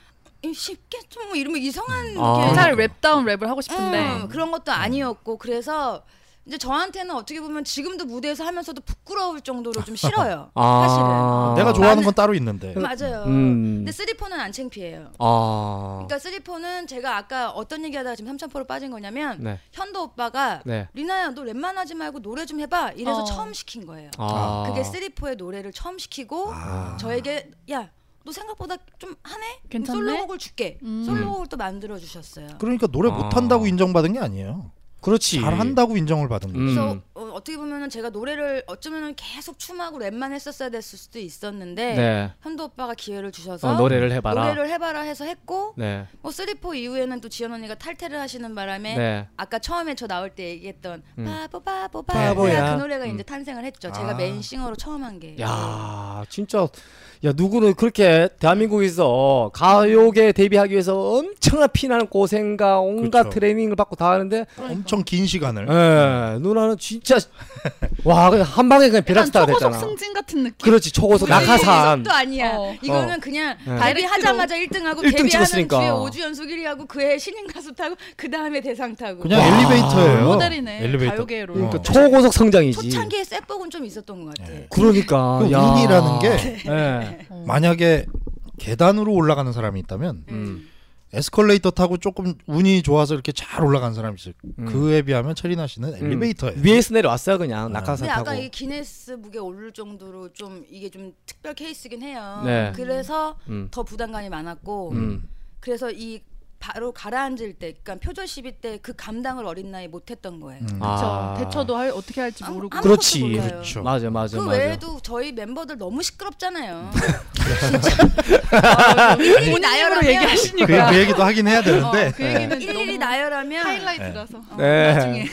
H: 쉽게 좀뭐 이러면 이상한
C: 아.
H: 게
G: 그 잘 랩다운 랩을 하고 싶은데
H: 음, 그런 것도 아니었고 그래서 이제 저한테는 어떻게 보면 지금도 무대에서 하면서도 부끄러울 정도로 좀 싫어요.
C: 아.
F: 내가 좋아하는
H: 나는-
F: 건 따로 있는데
A: 음.
H: 맞아요.
C: 음.
H: 근데 쓰리포는 안 창피해요.
C: 아.
H: 그러니까 쓰리포는 제가 아까 어떤 얘기하다가 지금 삼천포로 빠진 거냐면
C: 네.
H: 현도 오빠가
C: 네.
H: 리나야 너 랩만 하지 말고 노래 좀 해봐 이래서
G: 어.
H: 처음 시킨 거예요.
C: 아.
H: 그게 쓰리포의 노래를 처음 시키고 저에게 야 너 생각보다 좀 하네? 그럼
G: 괜찮네?
H: 솔로곡을 줄게.
G: 음.
H: 솔로곡을 또 만들어 주셨어요.
F: 그러니까 노래
C: 아.
F: 못한다고 인정받은 게 아니에요.
C: 그렇지.
F: 잘한다고 인정을 받은 거예요.
H: 그래서
C: 음.
H: 어, 어떻게 보면은 제가 노래를 어쩌면은 계속 춤하고 랩만 했었어야 됐을 수도 있었는데
C: 네.
H: 현도 오빠가 기회를 주셔서
C: 어, 노래를 해 봐라.
H: 노래를 해봐라 해서 했고
C: 네.
H: 뭐 쓰리포 이후에는 또 지연 언니가 탈퇴를 하시는 바람에
C: 네.
H: 아까 처음에 저 나올 때 얘기했던
C: 음.
H: 바보 바보
C: 바보야.
H: 바보야 그 노래가
C: 음.
H: 이제 탄생을 했죠. 제가
F: 아.
H: 메인 싱어로 처음 한 게. 그
C: 야, 진짜 야, 누구는 그렇게 대한민국에서 가요계에 데뷔하기 위해서 엄청난 피난 고생과 온갖
F: 그렇죠.
C: 트레이닝을 받고 다 하는데
F: 엄청 긴
A: 네.
F: 시간을
C: 예, 누나는 진짜 와, 그냥 한 방에 그냥
G: 약간
C: 벼락스타가
G: 초고속
C: 됐잖아.
G: 승진 같은 느낌.
C: 그렇지. 초고속 낙하산.
H: 도 아니야.
G: 어.
H: 이거는 그냥
C: 네.
H: 데뷔하자마자 1등하고
C: 1등
H: 데뷔하는
C: 찍었으니까.
H: 주에 5주 연속 1위하고 그 해 신인 가수 타고 그 다음에 대상 타고.
F: 그냥
C: 와.
F: 엘리베이터예요.
C: 어,
G: 모델이네.
F: 엘리베이터.
G: 가요계로.
F: 어.
C: 그러니까 초고속 성장이지.
H: 초창기에 세복은 좀 있었던 것 같아. 요
C: 그러니까
F: 그
C: 야.
F: 운이라는 게
C: 예.
F: 만약에 계단으로 올라가는 사람이 있다면
C: 음.
A: 에스컬레이터 타고 조금 운이 좋아서 이렇게 잘 올라간 사람이 있어요.
C: 음.
A: 그에 비하면 체리나 씨는 엘리베이터에
C: 위에서 내려왔어요 그냥 낙하산
H: 근데
C: 타고.
H: 약간 이 기네스 북에 오를 정도로 좀 이게 좀 특별 케이스긴 해요.
C: 네.
H: 그래서
C: 음.
H: 더 부담감이 많았고
C: 음.
H: 그래서 이 바로 가라앉을 때, 그러니까 표절 시비 때 그 감당을 어린 나이 못했던 거예요.
A: 음.
C: 아.
G: 그쵸. 대처도 할, 어떻게 할지
H: 아무-
G: 모르고.
H: 아무것도
C: 그렇지.
H: 몰라요.
A: 그렇죠.
C: 맞아 맞아
H: 그
C: 맞아.
H: 외에도 저희 멤버들 너무 시끄럽잖아요. 어,
G: 본인으로
H: 나열하면-
A: 그,
G: 얘기하시니까.
A: 그 얘기도 하긴 해야 되는데
G: 어, 그 얘기는
H: 일일이
G: 너무
H: 나열하면
G: 하이라이트라서.
H: 어,
C: 네.
H: 나중에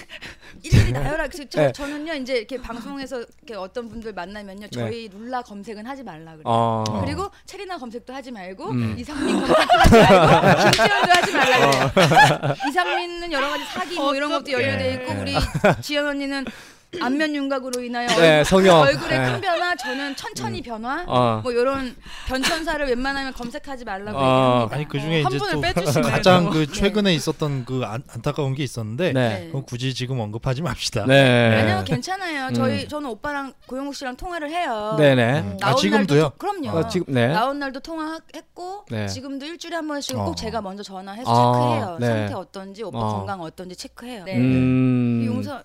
H: 일일이 나열하. 저, 저,
C: 네.
H: 저는요 이제 이렇게 방송에서 이렇게 어떤 분들 만나면요 저희 룰라 검색은 하지 말라 그래요.
C: 어.
H: 그리고 체리나 검색도 하지 말고
C: 음.
H: 이상민 검색도 하지
C: (laughs)
H: 말고 김지현도 하지 말라 그래요.
C: 어.
H: 이상민은 여러 가지 사기 뭐 이런 것도
C: 예.
H: 연루돼 있고
C: (laughs)
H: 우리 지현 언니는 안면 윤곽으로 인하여
C: 네, 성형.
H: 얼굴의
C: 네.
H: 큰 변화, 저는 천천히 변화,
C: 어.
H: 뭐 이런 변천사를 웬만하면 검색하지 말라고
C: 어.
H: 얘기합니다.
A: 아니 그 중에
G: 한
A: 이제
G: 분을
A: 또
G: 빼주시네요.
A: 가장 그 최근에 있었던 그 안, 안타까운 게 있었는데
C: 네.
A: 그건 굳이 지금 언급하지 맙시다.
C: 네.
H: 아니요 괜찮아요. 저희
C: 음.
H: 저는 오빠랑 고영욱 씨랑 통화를 해요.
C: 네네.
H: 나온
A: 아, 지금도요?
H: 날도, 그럼요.
C: 어, 지금 네.
H: 나온 날도 통화했고
C: 네.
H: 지금도 일주일에 한 번씩
A: 어.
H: 꼭 제가 먼저 전화해서
C: 아,
H: 체크해요.
C: 네.
H: 상태 어떤지 오빠
C: 어.
H: 건강 어떤지 체크해요. 네.
C: 음.
H: 용서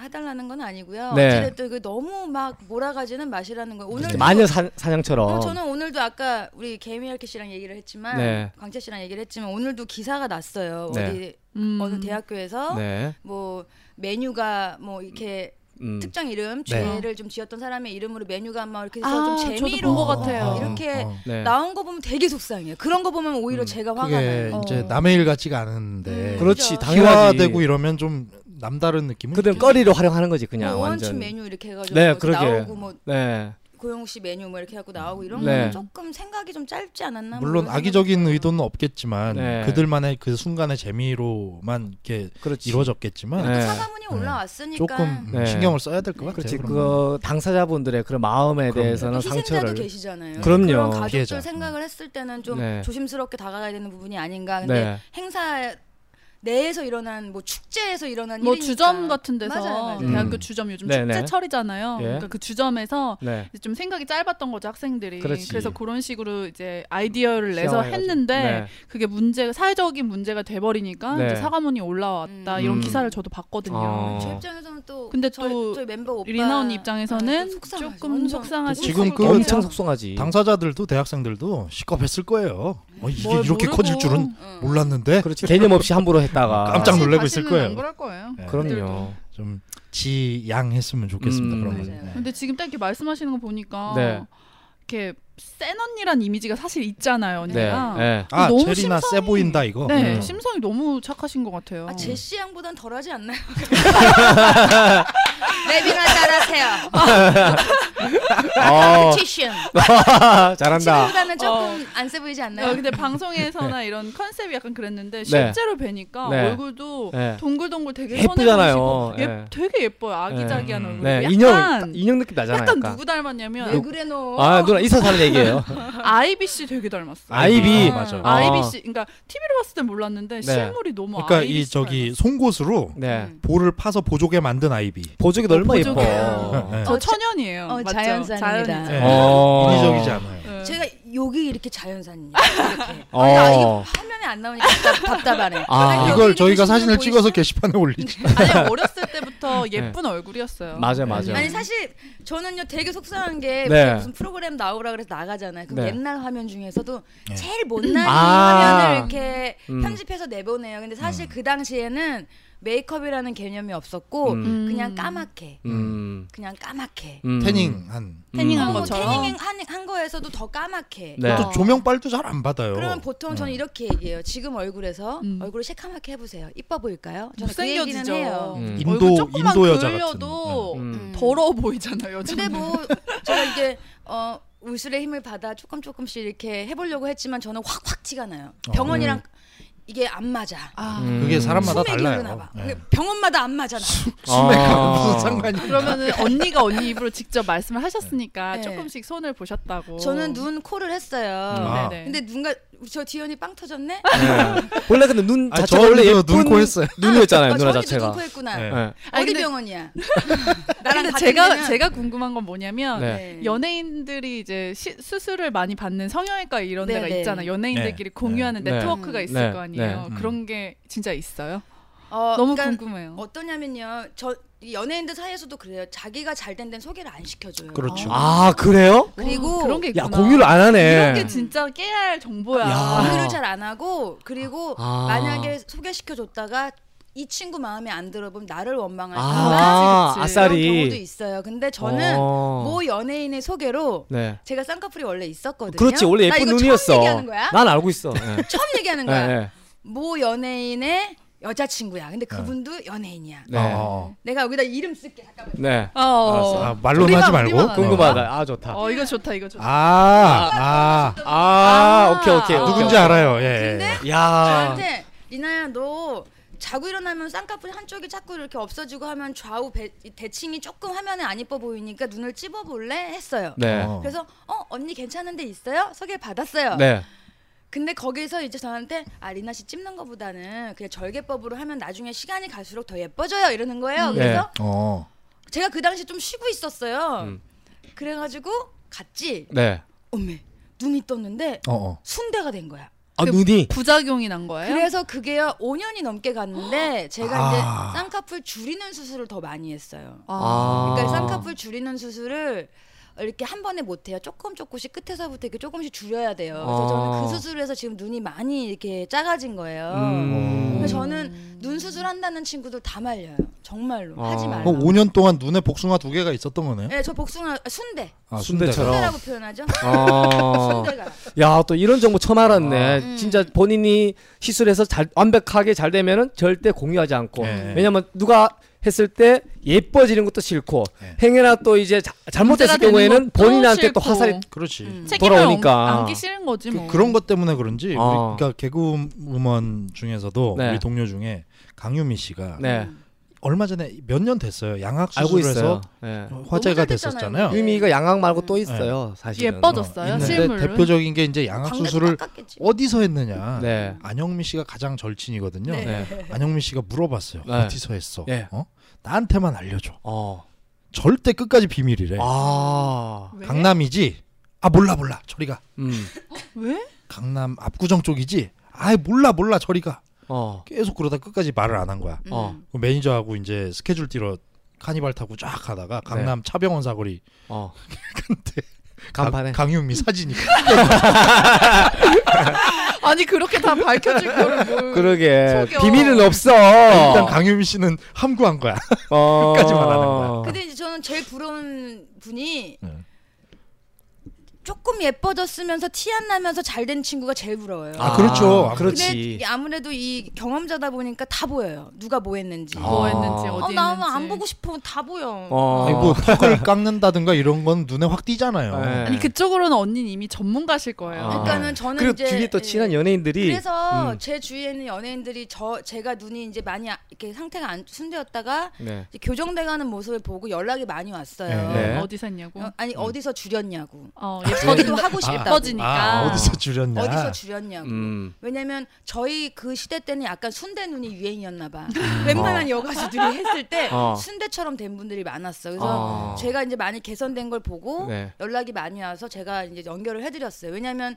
H: 해달라는 건 아니고요.
C: 네.
H: 어찌됐든 그 너무 막 몰아가지는 마시라는 거예요. 오늘
C: 마녀 사, 사냥처럼.
H: 그리고 저는 오늘도 아까 우리 개미할키 씨랑 얘기를 했지만
C: 네.
H: 광채 씨랑 얘기를 했지만 오늘도 기사가 났어요.
C: 네.
H: 어디
G: 음.
H: 어느 대학교에서
C: 네.
H: 뭐 메뉴가 뭐 이렇게
C: 음.
H: 특정 이름 죄를 좀 지었던 사람의 이름으로 메뉴가 막 이렇게 해서
G: 아,
H: 좀 재미로
G: 저도 본것 같아요.
H: 이렇게
A: 어.
C: 네.
H: 나온 거 보면 되게 속상해요. 그런 거 보면 오히려
C: 음,
H: 제가 화가
A: 그게
H: 나요.
A: 이제
G: 어.
A: 남의 일 같지가 않은데
H: 그렇-
C: 그렇지.
H: 그죠.
C: 당연하지.
A: 희화되고
H: 음.
A: 이러면 좀 남다른 느낌은
C: 그들 꺼리로 활용하는 거지 그냥
H: 뭐
C: 완전.
H: 원춘 메뉴 이렇게 해가지고
C: 네,
H: 뭐
C: 그러게.
H: 나오고 뭐
C: 네.
H: 고영욱 씨 메뉴 뭐 이렇게 해갖고 나오고 이런
C: 네.
H: 거는 조금 생각이 좀 짧지 않았나? 뭐
A: 물론
H: 이런 생각이
A: 악의적인
H: 들어요.
A: 의도는 없겠지만
C: 네.
A: 그들만의 그 순간의 재미로만 이렇게
C: 그렇지.
A: 이루어졌겠지만
C: 네.
H: 사과문이 올라왔으니까
A: 조금 음,
C: 네.
A: 신경을 써야 될 것 같아요.
C: 그렇지.
A: 그런
C: 그 당사자분들의 그런 마음에
A: 그럼요.
C: 대해서는
H: 희생자도
C: 상처를.
H: 계시잖아요.
C: 그럼요.
H: 런 가족들
A: 피해자.
H: 생각을 했을 때는 좀
C: 네.
H: 조심스럽게 다가가야 되는 부분이 아닌가. 근데
C: 네.
H: 행사 내에서 일어난 뭐 축제에서 일어난
G: 뭐
H: 일이니까.
G: 주점 같은 데서
H: 맞아요, 맞아요.
G: 대학교
C: 음.
G: 주점 요즘
C: 네네.
G: 축제철이잖아요.
C: 예.
G: 그러니까 그 주점에서
C: 네.
G: 이제 좀 생각이 짧았던 거죠 학생들이.
C: 그렇지.
G: 래서 그런 식으로 이제 아이디어를 내서
C: 시험해가지고.
G: 했는데
C: 네.
G: 그게 문제 사회적인 문제가 돼버리니까
C: 네.
G: 이제 사과문이 올라왔다
H: 음.
G: 이런
C: 음.
G: 기사를 저도 봤거든요.
C: 어.
A: 아.
H: 제 입장에서는 또
G: 근데
H: 저희-
G: 또
H: 저희 멤버 오빠 아,
G: 리나 언니
H: 또
G: 입장에서는
H: 속상하죠.
G: 조금
H: 완전.
G: 속상하시
A: 지금 그
C: 엄청 속상하지.
A: 당사자들도 대학생들도 시겁했을 거예요. 어, 이게
G: 뭘
A: 이렇게
G: 모르고.
A: 커질 줄은
H: 응.
A: 몰랐는데
C: 그렇지. 개념 없이 함부로 했다가.
A: 깜짝 놀라고 있을
G: 다시는
A: 거예요.
G: 안 그럴 거예요.
A: 네.
C: 그럼요.
A: 좀 지양했으면 좋겠습니다.
C: 음.
A: 그런 네. 거.
H: 맞아요.
G: 근데 지금 딱 이렇게 말씀하시는 거 보니까
C: 네.
G: 이렇게 센 언니란 이미지가 사실 있잖아요
C: 네.
G: 언니가.
C: 네.
A: 아
G: 너무
A: 체리나 세
G: 심성이-
A: 보인다 이거.
G: 네,
A: 음.
G: 심성이 너무 착하신 것 같아요.
H: 아, 제시 양보단
A: (laughs)
H: 덜하지 않나요? (laughs) 랩이나 잘하세요. 아,
C: 어.
H: 티션.
C: 잘한다.
H: 지금보다는 조금 안 세 보이지 않나요?
G: 어, 근데
A: (laughs)
G: 방송에서나
A: 네.
G: 이런 컨셉이 약간 그랬는데
C: 네.
G: 실제로 뵈니까
C: 네.
G: 얼굴도
C: 네.
G: 동글동글 되게 선해
C: 예쁘잖아요.
G: 보이시고 예,
C: 네.
G: 되게 예뻐요. 아기자기한
A: 네.
H: 음,
G: 얼굴.
C: 네.
G: 약간
C: 인형 인형 느낌 나잖아요.
G: 약간
C: 약간.
G: 누구 닮았냐면
H: 왜 그래 너?
C: 아 누나 이사 사는 얘기예요.
H: (laughs)
G: 아이비 씨 되게 닮았어요.
C: 아이비.
A: 아, 맞아.
C: 아.
G: 아이비 씨, 그러니까 TV로 봤을 땐 몰랐는데 실물이 너무
A: 그러니까
G: 아이비
A: 이
G: 씨
A: 저기 송곳으로
C: 네.
H: 음.
A: 볼을 파서 보조개 만든 아이비.
C: 보조개 얼마 예뻐.
G: 보조개요.
A: 네.
G: 닮았어요. 저
H: 어,
G: 천연이에요.
H: 어,
G: 맞죠?
H: 자연산입니다.
G: 자연이죠.
A: 네.
C: 어.
A: 인위적이지 않아요.
G: 네.
H: 제가 여기 이렇게 자연산입니다. 이렇게.
C: 어.
H: 아, 이거 화면에 안 나오니까 답, 답하네
C: 아.
A: 이걸 저희가 사진을 찍어서 게시판에 올리죠.
G: 아니 어렸을 때부터 예쁜 얼굴이었어요.
C: 맞아 맞아.
H: 아니 사실 저는요 되게 속상한 게
C: 그렇죠. 네.
H: 무슨 프로그램 나오라 그래서 나가잖아요. 그
C: 네.
H: 옛날 화면 중에서도 제일 못난
C: 아.
H: 화면을 이렇게
C: 음.
H: 편집해서 내보내요. 근데 사실 그 당시에는 메이크업이라는 개념이 없었고
C: 음.
H: 그냥 까맣게
C: 음.
H: 그냥 까맣게
C: 음.
A: 태닝한.
G: 태닝한
H: 뭐
G: 것처럼.
H: 태닝 한, 한 거에서도 더 까맣게 어.
C: 네.
A: 또 조명빨도 어. 잘 안 받아요.
H: 그러면 보통 저는 이렇게 얘기해요. 지금 얼굴에서
G: 음.
H: 얼굴을 새카맣게 해보세요. 이뻐 보일까요? 저는 그 얘기는
G: 못생겨지죠.
H: 해요.
C: 음.
A: 인도- 인도 여자
G: 그려도
C: 음.
H: 음.
G: 더러워 보이잖아요. 요즘.
H: 근데 뭐 제가 이게 어 울술의 힘을 받아 조금 조금씩 이렇게 해보려고 했지만 저는 확 확 티가 나요. 병원이랑 이게 안 맞아.
G: 아,
C: 음.
A: 그게 사람마다
H: 소맥이
A: 달라요. 그러니까
H: 흐르나 봐.
A: (laughs) 네.
H: 그 병원마다 안 맞잖아.
J: 수맥하고
C: 아.
J: 무슨 상관이
G: 그러면은 언니가 언니 입으로 직접 말씀을 하셨으니까
H: 네.
G: 조금씩 손을 보셨다고.
H: 저는 눈 코를 했어요.
C: 아.
G: 네네.
H: 근데 누가 저 지연이 빵 터졌네?
C: 원래 근데 눈
J: 아,
C: 자체가
J: 저도
C: 원래 예쁜
J: 눈코 했어요.
C: 눈이었잖아요
H: 아,
C: 누나
H: 저언니도
C: 자체가.
H: 눈코 했구나.
K: 네.
C: 예.
G: 아니,
H: 어디
G: 근데- 네.
H: 병원이야? 나랑
G: 근데
H: 같은
G: 제가
H: 데면?
G: 제가 궁금한 건 뭐냐면
C: 네.
G: 연예인들이 이제 시- 수술을 많이 받는 성형외과 이런
H: 네,
G: 데가
H: 네.
G: 있잖아. 연예인들끼리는 공유하는
C: 네.
G: 네트워크가
H: 네.
G: 있을
C: 네.
G: 거 아니에요.
K: 네.
G: 그런 게 진짜 있어요?
H: 어,
G: 너무
H: 그러니까
G: 궁금해요.
H: 어떠냐면요. 저이 연예인들 사이에서도 그래요. 자기가 잘 된 데는 소개를 안 시켜줘요.
J: 그렇죠.
A: 어.
C: 아 그래요?
H: 그리고
G: 어, 그런 게
C: 야
G: 있구나.
C: 공유를 안
G: 이런
C: 하네.
G: 게 진짜 깨야 할 정보야.
C: 야.
H: 공유를 아, 잘 안 하고 그리고
C: 아.
H: 만약에 소개시켜줬다가 이 친구 마음에 안 들어보면 나를 원망할까 봐
C: 아
G: 그치, 그치.
H: 그런 경우도
C: 아싸리.
H: 있어요. 근데 저는
C: 어.
H: 모 연예인의 소개로
C: 네.
H: 제가 쌍꺼풀이 원래 있었거든요.
C: 그렇지 원래
H: 나
C: 예쁜
H: 이거
C: 눈이었어.
H: 처음 얘기하는 거야?
C: 난 알고 있어. 예.
H: 처음
C: (laughs)
H: (laughs) 얘기하는 거야.
C: 예,
H: 모 연예인의 여자친구야. 근데 그분도 연예인이야.
C: 네. 네.
A: 어.
H: 내가 여기다 이름 쓸게. 잠깐만.
C: 네.
G: 어.
A: 아, 말로는
G: 우리만-
A: 하지 말고.
H: 어.
G: 우리만 알아요.
C: 궁금하다. 아 좋다.
G: 어, 이거 좋다. 이거 좋다.
A: 아, 아,
C: 아, 오케이 오케이.
G: 아.
A: 누군지 알아요. 예. 예.
H: 어. 근데
C: 야.
H: 저한테 리나야 너 자고 일어나면 쌍꺼풀 한쪽이 자꾸 이렇게 없어지고 하면 좌우 배- 이 대칭이 조금 화면에 안 이뻐 보이니까 눈을 찝어볼래 했어요.
C: 네.
A: 어.
H: 그래서 어 언니 괜찮은 데 있어요? 소개 받았어요.
C: 네.
H: 근데 거기서 이제 저한테 아 리나 씨 찝는 거보다는 그냥 절개법으로 하면 나중에 시간이 갈수록 더 예뻐져요 이러는 거예요.
C: 음. 네.
H: 그래서
A: 어.
H: 제가 그 당시 좀 쉬고 있었어요.
C: 음.
H: 그래가지고 갔지.
C: 네.
H: 어메 눈이 떴는데
J: 어, 어.
H: 순대가 된 거야.
C: 아
G: 그-
C: 눈이.
G: 부작용이 난 거예요?
H: 그래서 그게요 5년이 넘게 갔는데 제가
J: 아.
H: 이제 쌍꺼풀 줄이는 수술을 더 많이 했어요.
C: 아.
H: 그러니까 쌍꺼풀 줄이는 수술을 이렇게 한 번에 못 해요. 조금 조금씩 끝에서부터 이렇게 조금씩 줄여야 돼요. 그래서
C: 아.
H: 저는 그 수술을 해서 지금 눈이 많이 이렇게 작아진 거예요.
C: 음.
H: 그래서 저는 눈 수술 한다는 친구들 다 말려요. 정말로
C: 아.
H: 하지
A: 어,
H: 말라.
J: 그럼 5년 동안 눈에 복숭아 두 개가 있었던 거네요.
H: 네, 저 복숭아 아, 순대
J: 아,
C: 순대처럼.
H: 순대라고 표현하죠.
C: 어.
H: 순대가
C: 야, 또 이런 정보 처음 알았네.
A: 아.
H: 음.
C: 진짜 본인이 시술해서 잘 완벽하게 잘 되면은 절대 공유하지 않고.
A: 예.
C: 왜냐면 누가 했을 때 예뻐지는 것도 싫고
A: 예.
C: 행여나 또 이제 자- 잘못했을
G: 문제가 되는
C: 경우에는
G: 것도
C: 본인한테
G: 싫고.
C: 또 화살이
A: 그렇지.
H: 음.
G: 뭐 책임을
C: 돌아오니까.
G: 안- 안기 싫은 거지 뭐.
A: 그런 것 때문에 그런지 우리
C: 어.
A: 그러니까 개그우먼 중에서도
C: 네.
A: 우리 동료 중에 강유미 씨가
C: 네
A: 얼마 전에 몇 년 됐어요. 양악
C: 알고
A: 음. 수술해서 어.
C: 있어요. 예.
A: 화제가
H: 너무 잘 됐잖아요.
A: 됐었잖아요.
H: 네.
C: 유미가 양악 말고 또 있어요.
A: 예.
C: 사실은.
G: 예뻐졌어요
A: 있는데
G: 실물로.
A: 대표적인 게 이제 양악
H: 광대도
A: 수술을
H: 깎았겠지.
A: 어디서 했느냐.
C: 네.
A: 안영미 씨가 가장 절친이거든요.
H: 네.
C: 네.
A: 안영미 씨가 물어봤어요.
C: 네.
A: 어디서 했어?
C: 예.
A: 어? 나한테만 알려줘.
C: 어.
A: 절대 끝까지 비밀이래.
C: 아.
G: 왜?
A: 강남이지? 아 몰라 몰라 저리가.
C: 음.
G: 왜?
A: 강남 압구정 쪽이지? 아 몰라 몰라 저리가.
C: 어.
A: 계속 그러다 끝까지 말을 안 한 거야.
C: 어.
G: 음.
A: 그 매니저하고 이제 스케줄 뛰러 카니발 타고 쫙 가다가 강남 차병원 사거리
C: 어.
A: 근데
C: 네. 간판에.
A: 강, 강윤미 사진이
G: 아니 그렇게 다 밝혀질 거를 뭘?
C: (laughs) 그러게.
G: 속여.
C: 비밀은 (laughs) 없어.
A: 아, 일단 강윤미 씨는 함구한 거야.
C: 어.
A: 끝까지만 안 하는
H: 근데 이제 저는 제일 부러운 분이
A: 네.
H: 조금 예뻐졌으면서 티 안 나면서 잘 된 친구가 제일 부러워요.
A: 아, 그렇죠.
C: 그렇지.
H: 근데 이게 아무래도 이 경험자다 보니까 다 보여요. 누가 뭐 했는지.
C: 아.
G: 뭐 했는지
C: 어,
H: 어,
G: 어디 있는지.
H: 나는 안 보고 싶어. 다 보여.
C: 어.
A: 아니 뭐 턱을 깎는다든가 이런 건 눈에 확 띄잖아요.
C: 예.
G: 아니 그쪽으로는 언니는 이미 전문가실 거예요.
C: 아.
H: 그러니까는 저는
C: 그리고
H: 이제
C: 주위 또
H: 예.
C: 친한 연예인들이
H: 그래서
C: 음.
H: 제 주위에 있는 연예인들이 저 제가 눈이 이제 많이 아- 이렇게 상태가 안 순되었다가
C: 네.
H: 이제 교정돼가는 모습을 보고 연락이 많이 왔어요.
A: 네.
G: 어, 어디서 했냐고.
H: 어,
C: 음.
H: 아니 어디서 줄였냐고.
G: 어,
C: 네.
H: 저기도
G: 예뻐진다.
H: 하고 싶다고.
G: 예뻐지니까.
A: 아, 어디서 줄였냐?
H: 어디서 줄였냐고.
C: 음.
H: 왜냐면 저희 그 시대 때는 약간 순대 눈이 유행이었나 봐.
G: 네.
H: 웬만한 여가수들이 했을 때
C: 어.
H: 순대처럼 된 분들이 많았어. 그래서
C: 어.
H: 제가 이제 많이 개선된 걸 보고
C: 네.
H: 연락이 많이 와서 제가 이제 연결을 해드렸어요. 왜냐면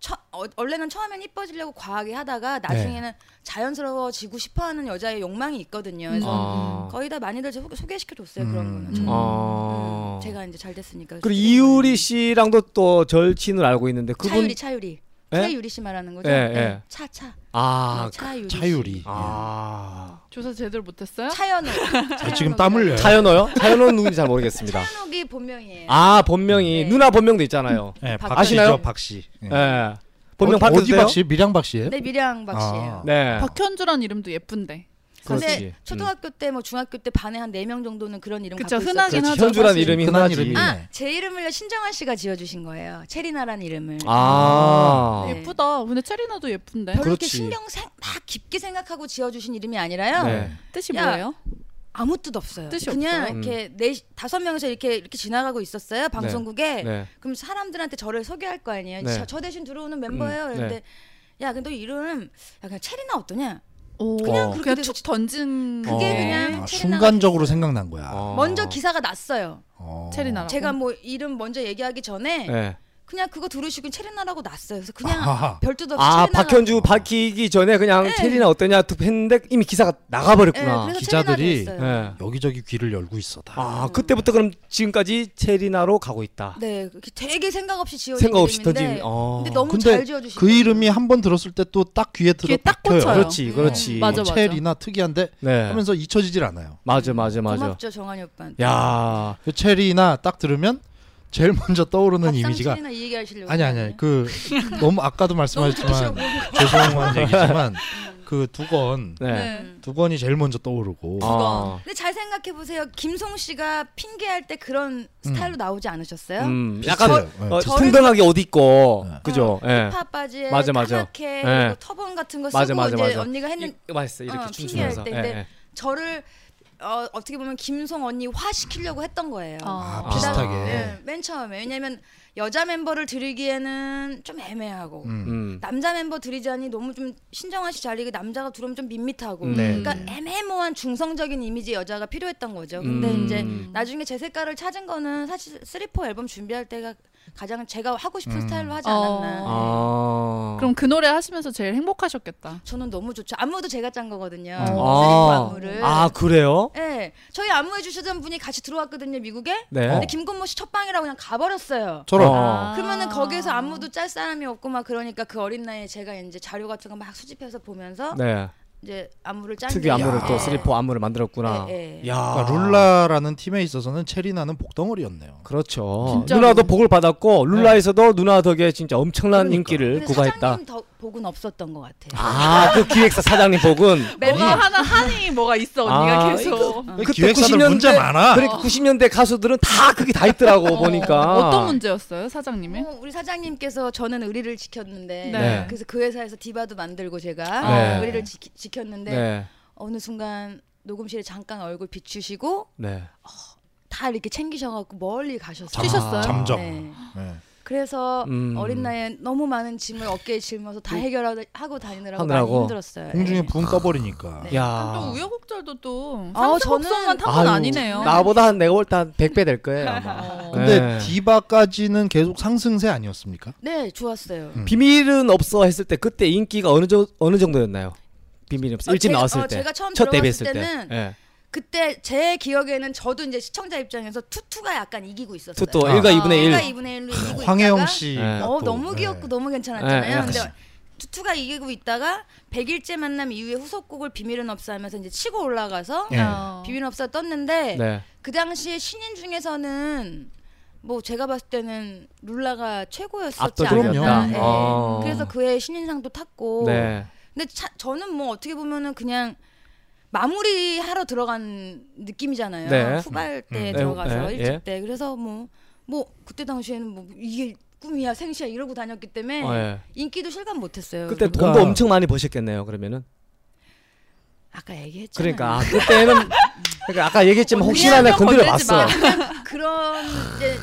H: 처, 어, 원래는 처음엔 이뻐지려고 과하게 하다가
C: 네.
H: 나중에는 자연스러워지고 싶어하는 여자의 욕망이
G: 음.
H: 있거든요. 그래서
C: 어.
H: 거의 다 많이들 소, 소개시켜줬어요. 그런 거는.
A: 음.
H: 저는.
C: 어.
H: 음, 제가 이제 잘 됐으니까.
C: 그리고 이유리 씨랑도 또 절친을 알고 있는데 그분
H: 차유리 차유리.
C: 예?
H: 차유리 씨 말하는 거죠?
C: 예,
H: 네,
C: 예.
H: 차차.
C: 아.
H: 네, 차유리. 씨.
A: 차유리.
C: 아.
G: 조사 제대로 못했어요?
H: 차연옥.
A: 저 예. 지금 땀 흘려요.
C: 차연호요? 차연호는 누군지 잘 모르겠습니다.
H: 차연옥이 본명이에요.
C: 아, 본명이
H: 네.
C: 누나 본명도 있잖아요.
A: 예, 박
C: 아시나요?
A: 씨죠, 박 씨. 예.
C: 예. 본명
A: 어디
C: 바꿔주세요.
A: 박 씨? 미량 박 씨예요?
H: 네 미량 네, 박씨예요.
A: 아.
C: 네.
G: 박현주란 이름도 예쁜데.
H: 근데
C: 그렇지. 음.
H: 초등학교 때 뭐 중학교 때 반에 한 네 명 정도는 그런 이름
G: 그쵸,
H: 갖고
G: 흔하긴
H: 있었죠.
C: 음. 그렇지.
G: 하죠,
C: 현주란
G: 사실.
C: 이름이
A: 흔한
C: 흔하지.
A: 이름이.
C: 아.
H: 아, 제 이름을요 신정아 씨가 지어 주신 거예요. 체리나란 이름을.
C: 아.
H: 네.
G: 예쁘다. 근데 체리나도 예쁜데.
H: 별로 이렇게
C: 그렇지.
H: 신경 생, 막 깊게 생각하고 지어 주신 이름이 아니라요.
C: 네.
A: 예.
G: 뜻이
H: 야.
G: 뭐예요?
H: 아무 뜻 없어요.
G: 뜻이
H: 그냥
G: 없어요?
H: 이렇게 네 다섯 명에서 이렇게 이렇게 지나가고 있었어요. 방송국에.
C: 네.
H: 그럼 사람들한테 저를 소개할 거 아니에요.
C: 네.
H: 저, 저 대신 들어오는 멤버예요.
C: 네.
H: 그런데 야, 근데 너 이름 야, 그냥 체리나 어떠냐?
G: 오,
C: 어.
G: 그냥 그렇게
H: 그냥
G: 툭
H: 툭
G: 던진
H: 그게
C: 어.
H: 그냥
A: 아,
H: 체리나
A: 순간적으로 생각난 거야.
C: 어.
H: 먼저 기사가 났어요.
A: 어.
G: 체리나.
H: 제가 뭐 이름 먼저 얘기하기 전에
C: 아, 네.
H: 그냥 그거 들으시고 체리나라고 났어요. 그래서 그냥
A: 아하.
H: 별뜻 없이
C: 아
H: 체리나 뭐.
C: 박현주 밝히기 전에 그냥
H: 네.
C: 체리나 어떠냐 툭 했는데 이미 기사가 나가버렸구나.
H: 네, 그래서
A: 기자들이-
H: 체리나로 했어요.
C: 네.
A: 여기저기 귀를 열고 있어다.
C: 아 그때부터 그럼 지금까지 체리나로 가고 있다.
H: 네, 그렇게 되게 생각 없이 지어진
C: 생각 없이
H: 이름인데
C: 던진. 어.
H: 네, 근데 너무
A: 근데
H: 잘 지어주신
A: 그 이름이 한 번 들었을 때 또 딱 귀에 들어
G: 귀에 딱
A: 박혀요. 뭐
G: 꽂혀요.
C: 그렇지,
H: 음.
C: 그렇지.
G: 맞아, 맞아.
A: 체리나 특이한데
C: 네.
A: 하면서 잊혀지질 않아요.
C: 맞아, 맞아, 예, 맞아.
H: 음, 고맙죠 정한이 오빠한테.
C: 야,
A: 그 체리나 딱 들으면 제일 먼저 떠오르는 이미지가
H: 체리나 이 얘기하시려고.
A: 아니 아니 그 너무 아까도
H: 너무 듣기 싫어
A: 말씀하셨지만
H: 보이는 거야.
A: 죄송한 얘기지만 그 두건
C: 네.
H: 음.
G: 네.
A: 두건이 제일 먼저 떠오르고
C: 아,
H: 근데 잘 생각해 보세요. 김송 씨가 핑계할 때 그런 스타일로 나오지 않으셨어요?
C: 음, 약간
A: 비슷해요. 예.
C: 어,
H: 저를-
C: 통등하게 옷 입고,
A: 네.
C: 그죠? 예.
H: 힙합 바지에
C: 맞아, 맞아.
H: 까맣게
C: 네.
H: 뭐 터번 같은 거 쓰고
C: 맞아, 맞아,
H: 이제
C: 맞아.
H: 언니가 했는
C: 이거 맛있어, 이렇게
H: 어,
C: 춤추면서. 예,
H: 핑계할 때 근데 저를 어, 어떻게 보면 김송 언니 화 시키려고 했던 거예요.
G: 아,
A: 아,
H: 그다음-
A: 비슷하게
H: 네, 맨 처음에 왜냐면 여자 멤버를 들이기에는 좀 애매하고
A: 음.
C: 음.
H: 남자 멤버 들이자니 너무 좀 신정환 씨 자리가 남자가 들어오면 좀 밋밋하고
C: 네.
H: 그러니까 애매모한 중성적인 이미지의 여자가 필요했던 거죠. 근데
C: 음.
H: 이제 나중에 제 색깔을 찾은 거는 사실 3포 앨범 준비할 때가 가장 제가 하고 싶은
A: 음.
H: 스타일로 하지
G: 어.
H: 않았나.
C: 아,
G: 그럼 그 노래 하시면서 제일 행복하셨겠다.
H: 저는 너무 좋죠. 안무도 제가 짠 거거든요.
G: 어.
H: 3포
C: 아.
H: 안무를.
C: 아, 그래요?
H: 네, 저희 안무 해주시던 분이 같이 들어왔거든요 미국에.
C: 네.
H: 근데 김건모 씨 첫 방이라고 그냥 가버렸어요.
A: 저런
C: 아.
H: 그러면은 거기에서 안무도 짤 사람이 없고 막 그러니까 그 어린 나이에 제가 이제 자료 같은 거 막 수집해서 보면서
C: 네.
H: 이제 안무를 짠
C: 특유 안무를
A: 야.
H: 네.
C: 또 스리포 안무를 만들었구나.
H: 예, 예.
C: 야,
A: 그러니까 룰라라는 팀에 있어서는 체리나는 복덩어리였네요.
C: 그렇죠.
G: 진짜로.
C: 누나도 복을 받았고 룰라에서도 누나 덕에 진짜 엄청난
A: 그러니까.
C: 인기를 구가했다.
H: 사장님 더 복은 없었던 것 같아요.
C: 아, 그 기획사 사장님 복은
G: 뭐가 하나 한이 뭐가 있어 언니가
C: 아,
G: 계속. 어.
C: 그때
A: 기획사들
C: 90년대
A: 문제 많아.
C: 그러니까 90년대 가수들은 다 그게 다 있더라고 보니까.
G: 어떤 문제였어요 사장님이?
H: 뭐, 우리 사장님께서 저는 의리를 지켰는데
G: 네.
H: 그래서 그 회사에서 디바도 만들고 제가 어,
C: 네.
H: 의리를 지키, 지켰는데
C: 네.
H: 어느 순간 녹음실에 잠깐 얼굴 비추시고
C: 네.
H: 다 이렇게 챙기셔갖고 멀리 가셨어요.
G: 뛰셨어요?
A: 잠정.
H: 네.
A: 네.
H: 그래서
C: 음. 네.
H: 어린 나이에 너무 많은 짐을 어깨에 짊어서 다 해결하고 다니느라고
C: 하느라고.
H: 많이 힘들었어요. 예.
A: 공중에 붕 떠버리니까.
H: 아. 네.
C: 야.
G: 또 우여곡절도 또
H: 아,
G: 상승곡선만
H: 저는-
G: 탄 건
C: 아유,
G: 아니네요.
C: 나보다 한 내가 볼 때 한 100배 될 거예요, 아마.
G: 어.
A: 근데
C: 네.
A: 디바까지는 계속 상승세 아니었습니까?
H: 네, 좋았어요.
A: 음.
C: 비밀은 없어 했을 때 그때 인기가 어느 정 어느 정도였나요? 비밀은 없어.
H: 어,
C: 일집
H: 제가-
C: 나왔을
H: 어,
C: 때.
H: 제가 처음
C: 첫 데뷔했을
H: 들어갔을
C: 때.
H: 때는
C: 예.
H: 그때 제 기억에는 저도 이제 시청자 입장에서 투투가 약간 이기고 있었어요.
C: 투또
A: 아.
C: 1과 2분의 1.
H: 투투가 2분의 1로 어, 이기고
A: 황혜영
H: 있다가
A: 씨.
C: 네.
H: 어, 너무 귀엽고 너무
C: 네,
H: 괜찮았잖아요.
C: 네.
H: 근데 투투가 이기고 있다가 100일째 만남 이후에 후속곡을 비밀은 없어 하면서 이제 치고 올라가서
A: 예.
G: 어.
H: 비밀은 없어 떴는데
C: 네.
H: 그 당시에 신인 중에서는 뭐 제가 봤을 때는 룰라가 최고였었지
C: 압도적이었다.
H: 않았나. 예.
C: 어.
H: 그래서 그해 신인상도 탔고.
C: 네.
H: 근데 차- 저는 뭐 어떻게 보면은 그냥 마무리하러 들어간 느낌이잖아요.
C: 네.
H: 후발 때
C: 음.
H: 들어가서
C: 네,
H: 일집
C: 예.
H: 때. 그래서 뭐 뭐 그때 당시에는 뭐 이게 꿈이야 생시야 이러고 다녔기 때문에
C: 어, 예.
H: 인기도 실감 못했어요.
C: 그때
A: 그러니까-
C: 돈도 엄청 많이 버셨겠네요. 그러면은.
H: 아까
C: (laughs)
H: 얘기했잖아요.
C: 그러니까 아, 그때는 그러니까 아까 얘기했지만
G: 언니
C: 혹시나
G: 한명
C: 내가 건드려
G: 건들지
C: 봤어.
H: 그런 이제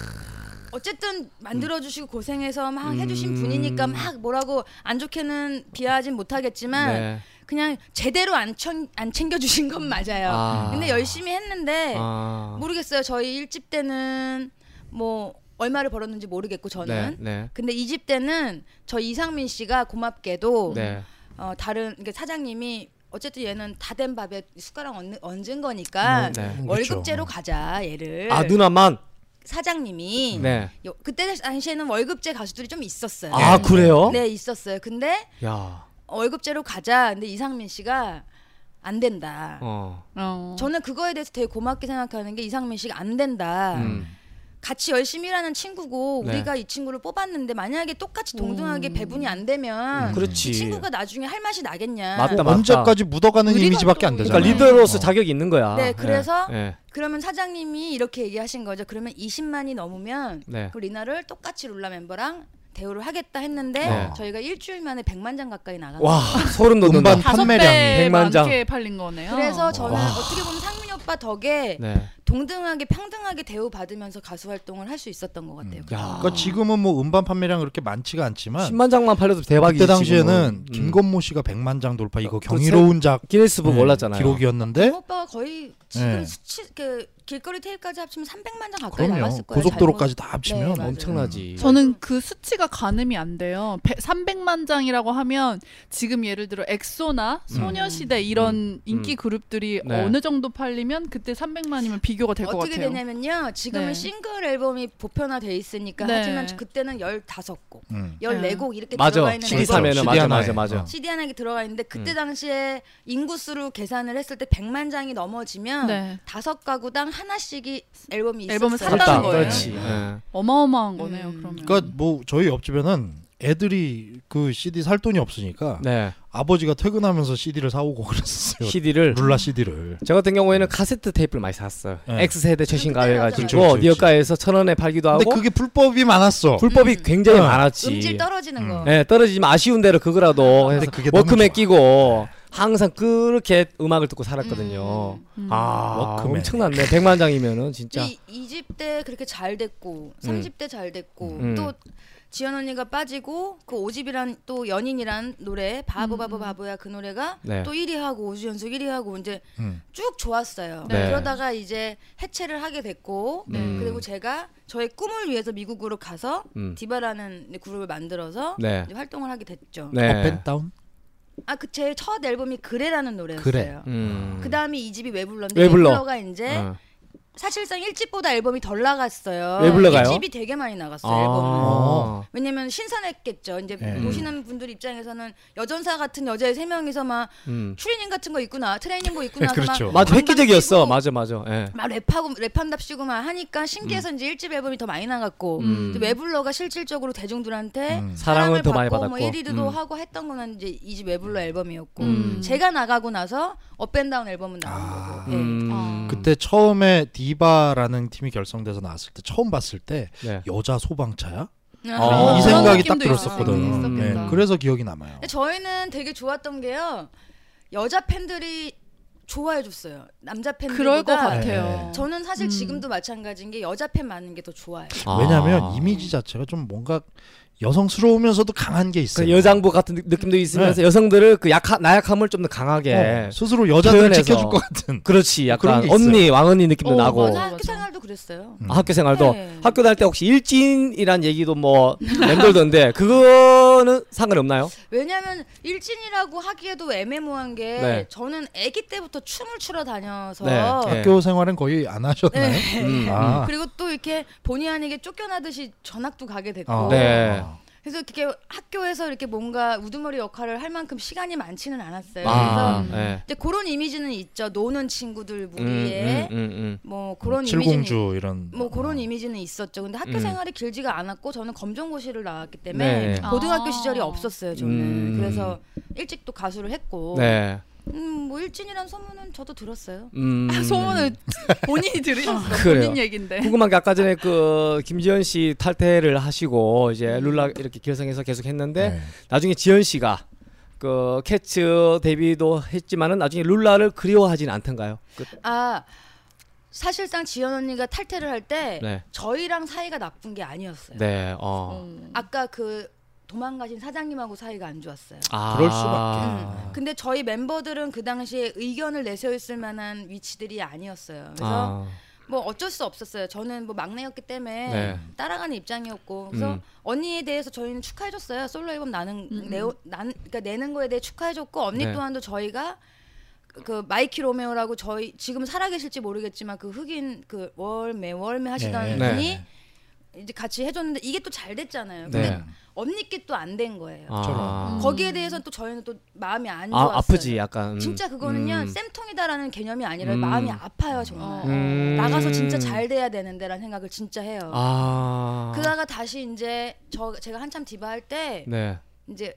H: 어쨌든 만들어 주시고 고생해서 막 해주신
C: 음.
H: 분이니까 막 뭐라고 안 좋게는 비하하진 못하겠지만
C: 네.
H: 그냥 제대로 안, 챙, 안 챙겨주신 건 맞아요.
C: 아.
H: 근데 열심히 했는데
C: 아.
H: 모르겠어요. 저희 일집 때는 뭐 얼마를 벌었는지 모르겠고 저는.
C: 네. 네.
H: 근데 이집 때는 저 이상민 씨가 고맙게도
C: 네.
H: 어, 다른 그러니까 사장님이 어쨌든 얘는 다 된 밥에 숟가락 얹는, 얹은 거니까
C: 네.
H: 월급제로 가자 얘를
C: 아, 누나만.
H: 사장님이
C: 네.
H: 요- 그때 당시에는 월급제 가수들이 좀 있었어요.
C: 아, 그래요?
H: 네 있었어요. 근데
C: 야.
H: 아. 월급제로 가자. 근데 이상민 씨가 안 된다.
C: 어.
G: 어.
H: 저는 그거에 대해서 되게 고맙게 생각하는 게 이상민 씨가 안 된다.
C: 음.
H: 같이 열심히 일하는 친구고
A: 네.
H: 우리가 이 친구를 뽑았는데 만약에 똑같이 동등하게
G: 음.
H: 배분이 안 되면
C: 음, 그렇지.
H: 이 음. 친구가 나중에 할 맛이 나겠냐.
C: 맞다 맞다.
A: 어, 언제까지 묻어가는
H: 우리가
A: 이미지밖에 안
H: 또
A: 되잖아.
C: 그러니까
H: 되잖아요.
C: 리더로서
A: 어.
C: 자격이 있는 거야.
H: 네, 그래서
A: 예.
H: 그러면 사장님이 이렇게 얘기하신 거죠. 그러면 20만이 넘으면
A: 네.
H: 그 리나를 똑같이 룰라 멤버랑 대우를 하겠다 했는데
A: 네.
H: 저희가 일주일 만에 100만 장 가까이 나갔어요.
C: 와 소름 돋는다.
A: 음반
G: 다섯
A: 판매량
G: 배
C: 100만 장.
G: 많게 팔린 거네요.
H: 그래서 저는
A: 와.
H: 어떻게 보면 상민이 오빠 덕에
A: 네.
H: 동등하게 평등하게 대우받으면서 가수 활동을 할 수 있었던 것 같아요.
C: 야,
A: 그러니까 지금은 뭐 음반 판매량 그렇게 많지가 않지만
C: 10만 장만 팔려도 대박이지.
A: 그러니까 그때 당시에는
C: 지금은. 음.
A: 김건모 씨가 100만 장 돌파 이거
C: 어, 그거
A: 경이로운 작
C: 기네스북
A: 네,
C: 올랐잖아요.
A: 기록이었는데
H: 그 오빠가 거의 지금
A: 네.
H: 수치 그 길거리 테이프까지 합치면 300만 장 가까이
A: 그럼요
H: 나갔을 거예요.
A: 고속도로까지 다 합치면
H: 네, 맞아요.
C: 엄청나지.
G: 저는 그 수치가 가늠이 안 돼요. 100, 300만 장이라고 하면 지금 예를 들어 엑소나 소녀시대 이런 인기 그룹들이
C: 네.
G: 어느 정도 팔리면 그때 300만이면 비교가 될
H: 잘못-
G: 것
H: 어떻게
G: 같아요.
H: 되냐면요. 지금은
G: 네.
H: 싱글 앨범이 보편화돼 있으니까
G: 네.
H: 하지만 그때는 15곡,
F: 음.
H: 14곡 이렇게
C: 맞아.
H: 들어가 있는
C: CD
A: 그렇죠.
H: 앨범.
C: 3에는
A: CD
C: 맞아
A: 하나에.
C: 맞아 맞아.
A: 어.
H: CD 하나 이렇게 들어가 있는데 그때
C: 음.
H: 당시에 인구수로 계산을 했을 때 100만 장이 넘어지면
G: 네.
H: 다섯 가구당 하나씩이 앨범이 있었어요.
G: 앨범을 산다는
C: 그렇다.
G: 거예요.
C: 그렇지. 예.
G: 어마어마한 거네요.
H: 음.
G: 그러면.
A: 그러니까 뭐 저희 옆집에는 애들이 그 CD 살 돈이 없으니까
C: 네.
A: 아버지가 퇴근하면서 CD를 사오고 그랬어요.
C: CD를
A: 룰라 CD를.
C: 저 같은 경우에는 카세트 테이프를 많이 샀어요.
A: 네.
C: X 세대 최신
H: 그때는
C: 가요
A: 그렇죠, 그렇죠,
C: 해가지고
A: 그렇죠.
C: 니어가에서 천 원에 팔기도 하고
A: 근데 그게 불법이 많았어.
C: 불법이
H: 음.
C: 굉장히
A: 음.
C: 많았지.
H: 음질 떨어지는 거.
C: 예, 떨어지면 아쉬운 대로 그거라도 해서
A: 근데 그게 너무
C: 워크맨
A: 좋아. 네.
C: 끼고 항상 그렇게 음악을 듣고 살았거든요.
H: 음.
G: 음.
C: 아,
A: 워크맨.
C: 엄청났네. 100만 장이면은 진짜.
H: 이 20대 그렇게 잘 됐고 30대 잘 됐고
C: 음.
H: 또 지연 언니가 빠지고 그 오집이란 또 연인이란 노래 바보 바보 바보야 그 노래가
C: 음. 네.
H: 또 1위 하고 5주 연속 1위 하고 이제
A: 음.
H: 쭉 좋았어요.
C: 네.
H: 그러다가 이제 해체를 하게 됐고
C: 음.
H: 그리고 제가 저의 꿈을 위해서 미국으로 가서
C: 음.
H: 디바라는 그룹을 만들어서
C: 네.
H: 이제 활동을 하게 됐죠.
A: 어,
C: 네.
A: 업앤다운.
H: 아 그 제 첫 앨범이 그래라는 노래였어요.
A: 그래.
C: 음.
H: 그 다음에 이 집이 왜 불렀는데
C: 왜
H: 왜
C: 불러?
H: 불러가 이제
C: 어.
H: 사실상 1집보다 앨범이 덜 나갔어요.
C: 왜 불러가요?
H: 1집이 되게 많이 나갔어요. 앨범은.
C: 아.
H: 왜냐면 신선했겠죠. 이제
A: 네.
H: 보시는 분들 입장에서는 여전사 같은 여자 세 명이서 막
C: 음.
H: 추리닝 같은 거 입고 나 트레이닝복 입고 나서
A: 그렇죠.
C: 맞아.
H: 방방
C: 획기적이었어.
H: 뛰고.
C: 맞아 맞아. 예.
H: 막 랩하고 랩한답시고 막 하니까 신기해서 이제 1집 앨범이 더 많이 나갔고
C: 음.
H: 이제 외블러가 실질적으로 대중들한테
A: 음.
C: 사랑은
H: 사랑을
C: 더 많이
H: 받고
C: 받았고.
H: 뭐 1위도
C: 음.
H: 하고 했던 거는 이제 이 집 외블러 앨범이었고
G: 음.
H: 제가 나가고 나서 업앤다운 앨범은 나온
A: 아.
H: 거고. 예.
C: 음.
G: 아.
A: 그때 처음에 디바라는 팀이 결성돼서 나왔을 때 처음 봤을 때
C: 네.
A: 여자 소방차야?
C: 아,
A: 이
C: 그런
A: 생각이 딱
G: 느낌도
H: 있었-
A: 들었었거든.
G: 있었겠다.
A: 네, 그래서 기억이 남아요.
H: 근데 저희는 되게 좋았던 게요. 여자 팬들이 좋아해 줬어요. 남자
G: 그럴 것
H: 팬들보다 네.
G: 같아요.
H: 저는 사실
G: 음.
H: 지금도 마찬가지인 게 여자 팬 많은 게 더 좋아요.
A: 왜냐하면 이미지 자체가 좀 뭔가 여성스러우면서도 강한 게 있어요.
C: 그 여장부 같은 느- 느낌도 있으면서 여성들을 그 약한 나약함을 좀 더 강하게
A: 네. 어, 스스로 여자들을
C: 표현해서.
A: 지켜줄 것 같은.
C: 그렇지
A: 그런
C: 약간
A: 게 있어요.
C: 언니 왕언니 느낌도
G: 어,
C: 나고
G: 맞아.
H: 학교 생활도 그랬어요.
A: 음.
C: 아, 학교 생활도
H: 네.
C: 학교 다닐 때 혹시 일진이란 얘기도
G: (laughs)
C: 뭐 맴돌던데 그거는 상관없나요?
H: 왜냐하면 일진이라고 하기에도 애매모호한 게
C: 네.
H: 저는 아기 때부터 춤을 추러 다녀서
C: 네. 네.
A: 학교 생활은 거의 안 하셨나요?
H: 네.
C: 음.
A: 아,
H: 그리고 또 이렇게 본의 아니게 쫓겨나듯이 전학도 가게 됐고
A: 어.
C: 네.
A: 어.
H: 그래서 이렇게 학교에서 이렇게 뭔가 우두머리 역할을 할 만큼 시간이 많지는 않았어요.
C: 아,
H: 그래서
C: 네.
H: 이제 그런 이미지는 있죠. 노는 친구들
C: 음,
G: 예.
H: 무리에
C: 음, 음, 음.
H: 뭐 그런 이미지는
A: 칠공주 이런. 아.
H: 뭐 그런 이미지는 있었죠. 근데 학교
C: 음.
H: 생활이 길지가 않았고 저는 검정고시를 나왔기
C: 네.
H: 때문에 고등학교
G: 아.
H: 시절이 없었어요. 저는
C: 음.
H: 그래서 일찍 또 가수를 했고
G: 뭐.
C: 네.
H: 음, 뭐 일진이란 소문은 저도 들었어요.
C: 음.
G: 아, 소문을 본인이 들으셨어.
C: 그래요.
G: 본인 얘긴데.
C: 궁금한 게 아까 전에 그 김지현 씨 탈퇴를 하시고
G: 음.
C: 이제 룰라 이렇게 결성해서 계속 했는데
A: 네.
C: 나중에 지현 씨가 그 캐츠 데뷔도 했지만은 나중에 룰라를 그리워하진 않던가요? 그,
H: 아 사실상 지연 언니가 탈퇴를 할 때
C: 네.
H: 저희랑 사이가 나쁜 게 아니었어요.
C: 네. 어.
G: 음.
H: 아까 그 도망가신 사장님하고 사이가 안 좋았어요.
C: 아.
A: 그럴 수밖에.
H: 음. 근데 저희 멤버들은 그 당시에 의견을 내세웠을 만한 위치들이 아니었어요. 그래서
C: 아.
H: 뭐 어쩔 수 없었어요. 저는 뭐 막내였기 때문에
C: 네.
H: 따라가는 입장이었고 그래서
C: 음.
H: 언니에 대해서 저희는 축하해줬어요. 솔로 앨범 나는
G: 음.
H: 내난 그러니까 내는 거에 대해 축하해줬고 언니
C: 네.
H: 또한도 저희가 그- 그 마이키 로메오라고 저희 지금 살아계실지 모르겠지만 그 흑인 그 월매 월매 하시던
A: 네.
H: 분이
C: 네.
H: 이제 같이 해줬는데 이게 또 잘 됐잖아요. 근데
C: 네.
H: 언니께 또 안 된 거예요.
C: 아,
H: 거기에 대해서 또 저희는 또 마음이 안 좋았어요.
C: 아 아프지 약간. 음.
H: 진짜 그거는요
C: 음.
H: 쌤통이다라는 개념이 아니라
C: 음.
H: 마음이 아파요 정말.
C: 음.
H: 나가서 진짜 잘 돼야 되는데라는 생각을 진짜 해요.
C: 아.
H: 그다가 다시 이제 저 제가 한참 디바 할 때
C: 네.
H: 이제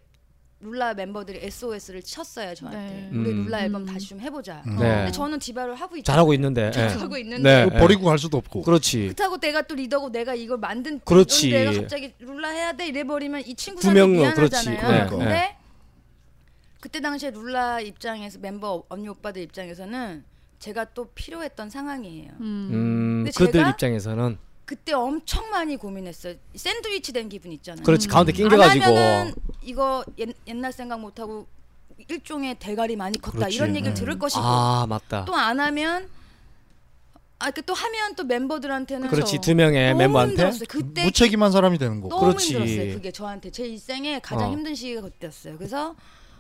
H: 룰라 멤버들이 SOS를 쳤어요 저한테.
G: 네.
H: 우리
C: 음.
H: 룰라 앨범
G: 음.
H: 다시 좀 해보자.
A: 음.
C: 네.
H: 근데 저는 디바를 하고 있죠.
C: 잘하고 있는데. 예.
H: 하고 있는데
C: 네. 예.
A: 버리고 갈 수도 없고.
C: 그렇지.
H: 그렇다고 내가 또 리더고 내가 이걸 만든
C: 그렇지.
H: 내가 갑자기 룰라 해야 돼 이래버리면 이
C: 두
H: 친구들한테
C: 명은
H: 미안하잖아요.
C: 그렇지.
A: 네,
H: 근데
C: 네.
H: 그때 당시에 룰라 입장에서 멤버 언니 오빠들 입장에서는 제가 또 필요했던 상황이에요.
C: 음.
H: 근데
C: 그들
H: 제가-
C: 입장에서는
H: 그때 엄청 많이 고민했어요. 샌드위치 된 기분 있잖아요.
C: 그렇지 가운데
H: 음. 안
C: 낑겨가지고.
H: 하면은 이거 옛, 옛날 생각 못 하고 일종의 대가리 많이 컸다
A: 그렇지.
H: 이런 얘기를
A: 음.
H: 들을 것이고
C: 아 맞다.
H: 또 안 하면 아또 하면 또 멤버들한테는
C: 그렇지 두 명의
H: 너무
C: 멤버한테.
H: 힘들었어요. 그때
A: 무책임한 사람이 되는 거.
H: 너무
C: 뭐 그렇지.
H: 힘들었어요. 그게 저한테 제 일생에 가장
C: 어.
H: 힘든 시기가 그때였어요. 그래서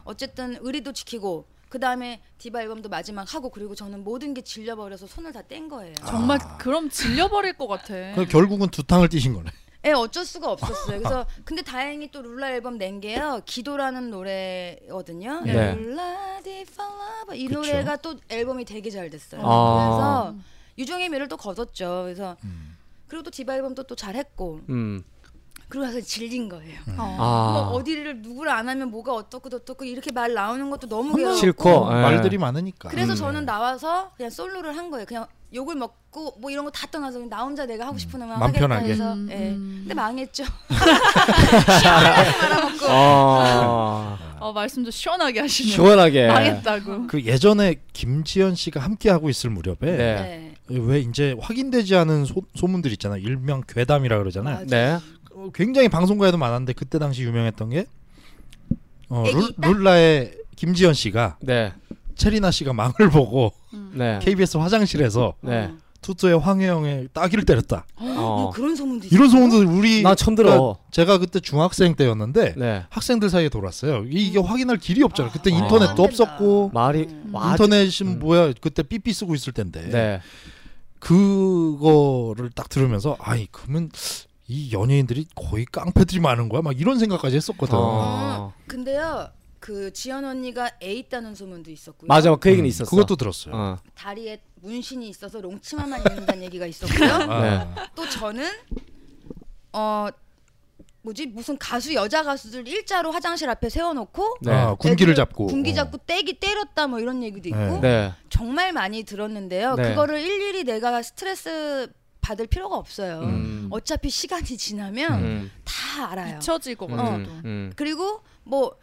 H: 어쨌든 의리도 지키고 그 다음에 디바 앨범도 마지막 하고 그리고 저는 모든 게 질려버려서 손을 다 뗀 거예요.
C: 아.
G: 정말 그럼 질려버릴 것 같아.
A: 그 결국은 두 탕을 뛰신 거네.
H: 예, 어쩔 수가 없었어요. 그래서 근데 다행히 또 룰라 앨범 낸 게요. 기도라는 노래거든요.
C: 네.
H: 룰라 디팔라바 이
A: 그쵸.
H: 노래가 또 앨범이 되게 잘 됐어요.
C: 아.
H: 그래서 유종의 미를 또 거뒀죠. 그래서 그리고 또 디바 앨범도 또 잘했고
C: 음.
H: 그러고 나서 질린 거예요. 뭐
C: 아.
H: 어디를 누구를 안 하면 뭐가 어떻고 어떻고 이렇게 말 나오는 것도 너무 괴로워.
C: 싫고. 예.
A: 어, 말들이 많으니까.
H: 그래서
C: 음.
H: 저는 나와서 그냥 솔로를 한 거예요. 그냥 욕을 먹고 뭐 이런 거 다 떠나서 그냥 나 혼자 내가 하고 싶은 음악
A: 마음
H: 하겠다
A: 편하게.
H: 해서
G: 음,
H: 예.
G: 음.
H: 근데 망했죠.
C: 아.
H: (laughs)
G: 어, 말씀 좀 시원하게 하시네요.
C: 시원하게.
G: 망했다고.
A: 그 예전에 김지현 씨가 함께 하고 있을 무렵에
C: 네.
H: 네.
A: 왜 이제 확인되지 않은 소, 소문들 있잖아. 일명 괴담이라 그러잖아.
H: 맞아.
C: 네.
A: 어, 굉장히 방송가에도 많았는데 그때 당시 유명했던 게 어,
H: 애기
A: 룰,
H: 있다?
A: 룰라의 김지현 씨가
C: 네.
A: 체리나 씨가 망을 보고
H: 음.
C: 네.
A: KBS 화장실에서
C: 네.
A: 투투의 황혜영의 따귀를 때렸다.
H: 뭐
C: 어.
H: 그런 소문도 있어요?
A: 이런 소문도 우리 그러니까
C: 나 처음 들어.
A: 제가 그때 중학생
H: 그
A: 때였는데
C: 네.
A: 학생들 사이에 돌았어요. 이- 이게 확인할 길이 없잖아. 그때
C: 음. 아,
H: 안
A: 인터넷도
H: 된다.
A: 없었고
C: 말이
G: 음.
C: 와.
A: 인터넷은
C: 음.
A: 뭐야 그때 삐삐 쓰고 있을 텐데
C: 네.
A: 그거를 딱 들으면서 아이 그러면 이 연예인들이 거의 깡패들이 많은 거야 막 이런 생각까지 했었거든. 음,
C: 어.
H: 근데요. 그 지연 언니가 애 있다는 소문도 있었고요.
C: 맞아. 그
A: 음,
C: 얘기는 있었어.
A: 그것도 들었어요.
C: 어.
H: 다리에 문신이 있어서 롱치마만 입는다는 얘기가 있었고요.
A: 아,
C: 네.
H: 또 저는 어 뭐지 무슨 가수 여자 가수들 일자로 화장실 앞에 세워놓고
C: 네.
A: 아, 군기를
H: 애들
A: 잡고
H: 그 군기
A: 어.
H: 잡고 떼기 때렸다 뭐 이런 얘기도 있고
A: 네.
C: 네.
H: 정말 많이 들었는데요.
C: 네.
H: 그거를 일일이 내가 스트레스 받을 필요가 없어요.
C: 음.
H: 어차피 시간이 지나면
C: 음.
H: 다 알아요.
G: 잊혀질 것
A: 어.
G: 같아. 또.
C: 음. 음.
H: 그리고 뭐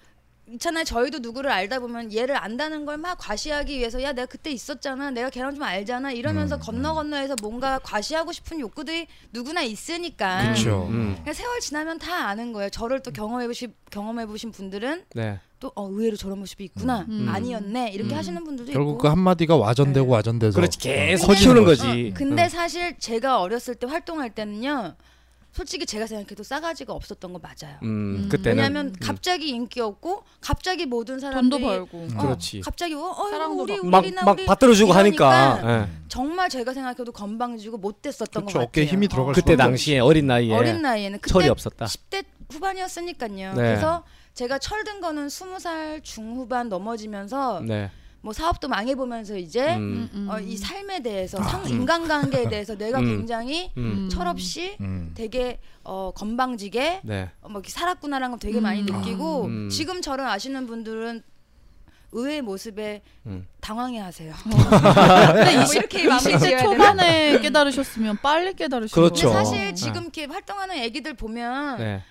H: 있잖아요. 저희도 누구를 알다 보면 얘를 안다는 걸 막 과시하기 위해서 야 내가 그때 있었잖아. 내가 걔랑 좀 알잖아. 이러면서 건너 건너해서 뭔가 과시하고 싶은 욕구들이 누구나 있으니까.
A: 그렇죠.
C: 음.
H: 그냥 세월 지나면 다 아는 거예요. 저를 또 경험해 보신 경험해 보신 분들은
C: 네.
H: 또 어, 의외로 저런 모습이 있구나.
G: 음.
H: 아니었네. 이렇게
C: 음.
H: 하시는 분들도
A: 결국
H: 있고.
A: 그 한마디가 와전되고
H: 네.
A: 와전돼서
C: 그렇지. 계속
A: 커지는 어.
C: 키우는
A: 거지.
C: 거지.
H: 근데
C: 음.
H: 사실 제가 어렸을 때 활동할 때는요. 솔직히 제가 생각해도 싸가지가 없었던 거 맞아요.
C: 음.
G: 음.
C: 그때는
H: 왜냐하면 갑자기 인기 없고 갑자기 모든
G: 돈도
H: 사람들이
G: 벌고.
A: 음.
H: 어,
C: 그렇지.
H: 갑자기 어, 어
G: 사랑도
H: 우리
C: 막
H: 우리나
C: 막
H: 우리
C: 받들어 주고 하니까.
H: 이러니까
A: 음.
C: 예.
H: 정말 제가 생각해도 건방지고 못됐었던 것
A: 그렇죠.
H: 같아요.
A: 어깨에 힘이 들어갈
C: 그때
A: 수밖에
C: 당시에 어린 나이에
H: 어린 나이에는 그때
C: 예. 철이 없었다.
H: 10대 후반이었으니까요.
C: 네.
H: 그래서 제가 철든 거는 20살 중후반 넘어지면서
C: 네.
H: 뭐 사업도 망해보면서 이제
C: 음. 아,
G: 음.
H: 어, 이 삶에 대해서 상, 인간관계에 대해서 내가
C: 음.
H: 굉장히
C: 음.
H: 철없이
A: 음.
H: 되게 어, 건방지게
C: 네.
H: 어, 뭐 이렇게 살았구나라는 걸 되게 많이
G: 음.
H: 느끼고
C: 음.
H: 지금 저를 아시는 분들은 의외의 모습에
C: 음. (laughs)
H: 당황해하세요.
G: 어. 근데
H: 뭐 이렇게 마무리
G: 20대 네,
H: 지어야 네.
G: 초반에 깨달으셨으면 빨리 음. 깨달으신
C: 그렇죠.
G: 거예요.
H: 근데
C: 네.
H: 사실 지금 이렇게 활동하는 애기들 보면
C: 네.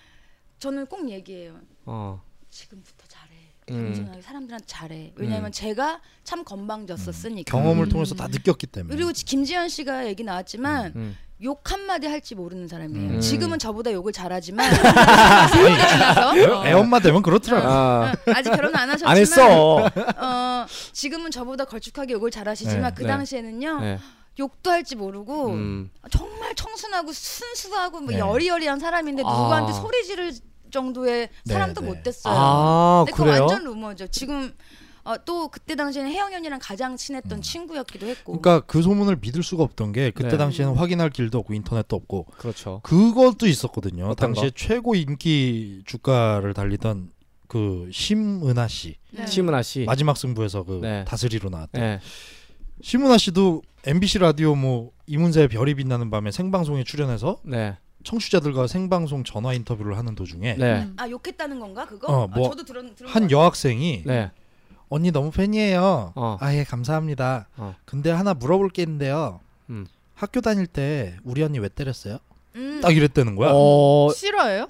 H: 저는 꼭 얘기해요.
C: 어.
H: 지금부터 잘해.
C: 음.
H: 겸손하게 사람들한테 잘해. 왜냐하면 제가 참 건방졌었으니까.
A: 경험을
G: 음.
A: 통해서 다 느꼈기 때문에.
H: 그리고 지- 김지현 씨가 얘기 나왔지만
C: 음.
H: 욕 한마디 할지 모르는 사람이에요.
C: 음.
H: 지금은 저보다
C: (laughs)
H: 욕을 잘하지만 세월이 지나서
A: 애 엄마 되면 그렇더라고.
C: 아.
H: 아직 결혼 안 하셨지만
C: 안 했어.
H: (laughs) 어, 지금은 저보다 걸쭉하게 욕을 잘하시지만
A: 네,
H: 그
C: 네.
H: 당시에는요
C: 네.
H: 욕도 할지 모르고
C: 음.
H: 정말 청순하고 순수하고 뭐
A: 네.
H: 여리여리한 사람인데
C: 아.
H: 누구한테 소리 지를 정도의
A: 네,
H: 사람도
A: 네.
H: 못 됐어요.
C: 아,
H: 근데 그거
C: 그래요?
H: 완전 루머죠. 지금 어, 또 그때 당시에는 혜영연이랑 가장
A: 음.
H: 친했던 친구였기도 했고.
A: 그러니까 그 소문을 믿을 수가 없던 게 그때
C: 네.
A: 당시에는 확인할 길도 없고 인터넷도 없고
C: 그렇죠.
A: 그것도 있었거든요.
C: 어떤
A: 당시에 최고 인기 주가를 달리던 그 심은하 씨
G: 네.
C: 심은하 씨.
A: 마지막 승부에서 그
C: 예. 네.
A: 다스리로 나왔대.
C: 네.
A: 심은하 씨도 MBC 라디오 뭐 이문세의 별이 빛나는 밤에 생방송에 출연해서
C: 네.
A: 청취자들과 생방송 전화 인터뷰를 하는 도중에
C: 네.
G: 음.
H: 아 욕했다는 건가 그거?
A: 어,
H: 아,
A: 뭐,
H: 저도 들은 들은
A: 한 여학생이
C: 네.
A: 언니 너무 팬이에요.
C: 어.
A: 아 예 감사합니다.
C: 어.
A: 근데 하나 물어볼 게 있는데요.
C: 음.
A: 학교 다닐 때 우리 언니 왜 때렸어요?
H: 음,
A: 딱 이랬다는 거야.
C: 어.
G: 싫어요?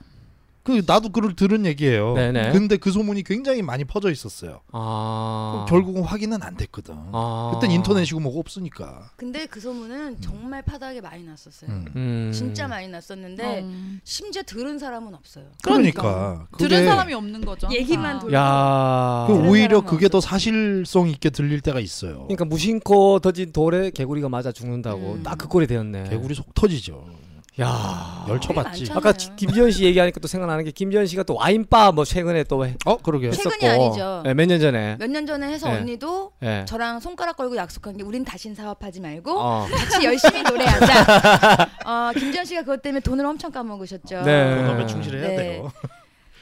A: 그 나도 그걸 들은 얘기예요.
C: 네네.
A: 근데 그 소문이 굉장히 많이 퍼져 있었어요.
C: 아.
A: 결국은 확인은 안 됐거든.
C: 아.
A: 그땐 인터넷이고 뭐고 없으니까.
H: 근데 그 소문은 정말 파닥에 많이 났었어요.
A: 음.
C: 음.
H: 진짜 많이 났었는데
G: 음.
H: 심지어 들은 사람은 없어요.
A: 그러니까.
G: 들은 사람이 없는 거죠. 아,
H: 얘기만 돌-
C: 야.
A: 그
H: 들은
A: 오히려
H: 사람은
A: 그게 더 사실성 있게 들릴 때가 있어요.
C: 그러니까 무심코 터진 돌에 개구리가 맞아 죽는다고
H: 음.
C: 딱 그 꼴이 되었네.
A: 개구리 속 터지죠.
C: 야.
A: 열쳐봤지.
H: 많잖아.
C: 아까 지- 김지현 씨 얘기하니까 또 생각나는 게 김지현 씨가 또 와인바 뭐 최근에 또 해-
A: 어 그러게요.
H: 최근이
C: 했었고 예,
H: 아니죠.
C: 몇 년 전에.
H: 몇 년 전에 해서
C: 네.
H: 언니도
C: 예.
H: 저랑 손가락 걸고 약속한 게 우린 다신 사업하지 말고
C: 어.
H: 같이 열심히 노래하자.
A: (laughs)
H: 어, 김지현 씨가 그것 때문에 돈을 엄청 까먹으셨죠.
C: 네.
A: 본업에 충실해야
H: 네.
A: 돼요.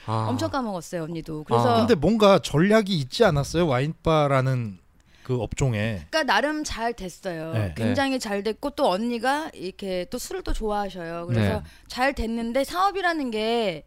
C: 아.
H: 엄청 까먹었어요 언니도.
C: 아.
H: 그래서
A: 근데 뭔가 전략이 있지 않았어요 와인바라는 그 업종에.
H: 그러니까 나름 잘 됐어요.
A: 네.
H: 굉장히 잘 됐고 또 언니가 이렇게 또 술을 또 좋아하셔요. 그래서
C: 네.
H: 잘 됐는데 사업이라는 게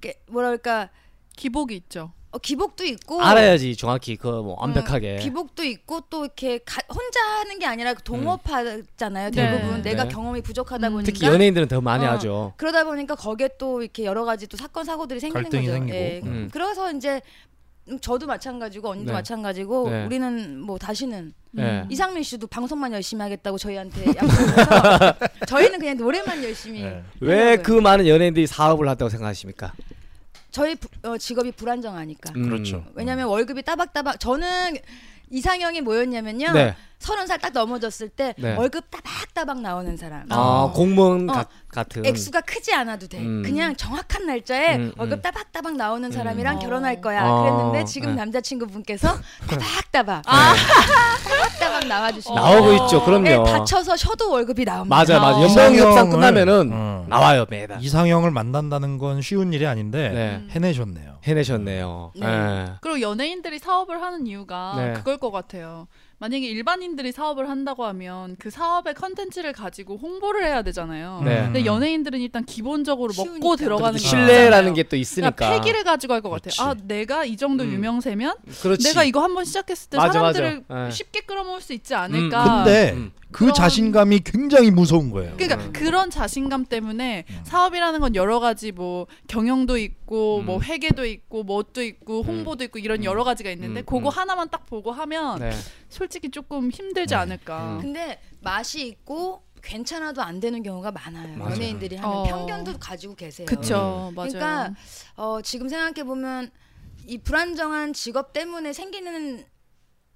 H: 이렇게 뭐랄까
G: 기복이 있죠.
H: 어, 기복도 있고
C: 알아야지 정확히 그뭐
H: 어,
C: 완벽하게.
H: 기복도 있고 또 이렇게 가- 혼자 하는 게 아니라 동업하잖아요.
G: 네.
H: 대부분
C: 네.
H: 내가
C: 네.
H: 경험이 부족하다
G: 음.
H: 보니까
C: 특히 연예인들은 더 많이
H: 어.
C: 하죠.
H: 그러다 보니까 거기에 또 이렇게 여러 가지 또 사건 사고들이 생기는
A: 갈등이
H: 거죠.
A: 생기고.
H: 예.
C: 음.
H: 그래서 이제 저도 마찬가지고 언니도
C: 네.
H: 마찬가지고
C: 네.
H: 우리는 뭐 다시는
C: 네.
G: 음.
H: 이상민 씨도 방송만 열심히 하겠다고 저희한테
C: (laughs)
H: 약속해서 저희는 그냥 노래만 열심히
A: 네.
C: 왜 그 많은 연예인들이 사업을 한다고 생각하십니까?
H: 저희 부- 어, 직업이 불안정하니까
C: 음.
A: 그렇죠.
H: 왜냐면 월급이 따박따박 저는 이상형이 뭐였냐면요
C: 네.
H: 서른 살 딱 넘어졌을 때
C: 네.
H: 월급 따박따박 나오는 사람
C: 아, 공무원
H: 어.
C: 가- 같은.
H: 액수가 크지 않아도 돼
C: 음.
H: 그냥 정확한 날짜에
C: 음, 음.
H: 월급 따박따박 나오는 사람이랑
G: 어.
H: 결혼할 거야
C: 아,
H: 그랬는데 지금
C: 네. (laughs)
H: 남자친구분께서 따박따박
C: 아.
H: (laughs) 따박따박 나와주시고
C: 나오고
G: 어.
C: 있죠. 그럼요.
H: 네, 다쳐서 쉬어도 월급이 나옵니다
C: 맞아, 맞아. 연봉
A: 이상형을-
C: 협상 끝나면은
A: 어.
C: 나와요 매달.
A: 이상형을 만난다는 건 쉬운 일이 아닌데
G: 음.
C: 네.
A: 해내셨네요.
C: 해내셨네요.
H: 네.
C: 예.
G: 그리고 연예인들이 사업을 하는 이유가
C: 네.
G: 그걸 것 같아요. 만약에 일반인들이 사업을 한다고 하면 그 사업의 컨텐츠를 가지고 홍보를 해야 되잖아요.
C: 네. 그렇죠.
G: 근데 연예인들은 일단 기본적으로 먹고
H: 쉬우니까.
G: 들어가는 게
C: 신뢰라는
G: 있잖아요.
C: 게 또 있으니까.
G: 그러니까 패기를 가지고 할 것 같아요.
A: 그렇지.
G: 아, 내가 이 정도
C: 음.
G: 유명세면
C: 그렇지. 네.
G: 내가 이거 한번 시작했을 때
C: 맞아, 맞아.
G: 사람들을
C: 네.
G: 쉽게 끌어모을 수 있지
C: 음,
G: 않을까.
A: 근데
C: 음.
A: 그
G: 아. 그런-
A: 자신감이 굉장히 무서운 거예요.
G: 그러니까
C: 음.
G: 그런 자신감 때문에 사업이라는 건 여러 가지 뭐 경영도 있고
C: 음.
G: 뭐 회계도 있고 뭐도 있고 홍보도 있고 이런 여러 가지가 있는데
C: 음,
G: 그거
C: 음.
G: 하나만 딱 보고 하면
C: 네.
G: 솔직히 조금 힘들지 않을까.
C: 음.
H: 근데 맛이 있고 괜찮아도 안 되는 경우가 많아요.
C: 맞아요.
H: 연예인들이 하는
G: 어.
H: 편견도 가지고 계세요.
C: 음.
G: 그쵸 맞아요. 음.
H: 그러니까 어, 지금 생각해 보면 이 불안정한 직업 때문에 생기는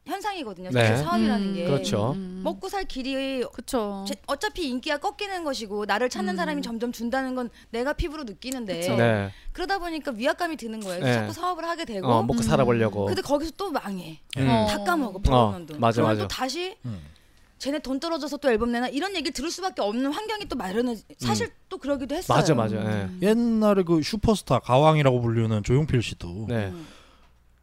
H: 현상이거든요.
C: 네.
H: 사실 사업이라는
G: 음,
H: 게
C: 그렇죠.
H: 먹고 살 길이
G: 그쵸.
H: 제- 어차피 인기가 꺾이는 것이고 나를 찾는
G: 음.
H: 사람이 점점 준다는 건 내가 피부로 느끼는데
G: 그쵸.
C: 네.
H: 그러다 보니까 위압감이 드는 거예요.
C: 네.
H: 자꾸 사업을 하게 되고
C: 어, 먹고
G: 음.
C: 살아보려고.
H: 근데 거기서 또 망해.
C: 음.
G: 어.
H: 다 까먹어 벌어놓은 돈.
C: 맞아,
H: 그러면
C: 맞아.
H: 또 다시
A: 음.
H: 쟤네 돈 떨어져서 또 앨범 내나 이런 얘기 들을 수밖에 없는 환경이 또 마련해. 사실 또 그러기도
C: 음.
H: 했어요.
C: 맞아 맞아. 예.
G: 음.
A: 옛날에 그 슈퍼스타 가왕이라고 불리는 조용필 씨도
C: 네.
H: 음.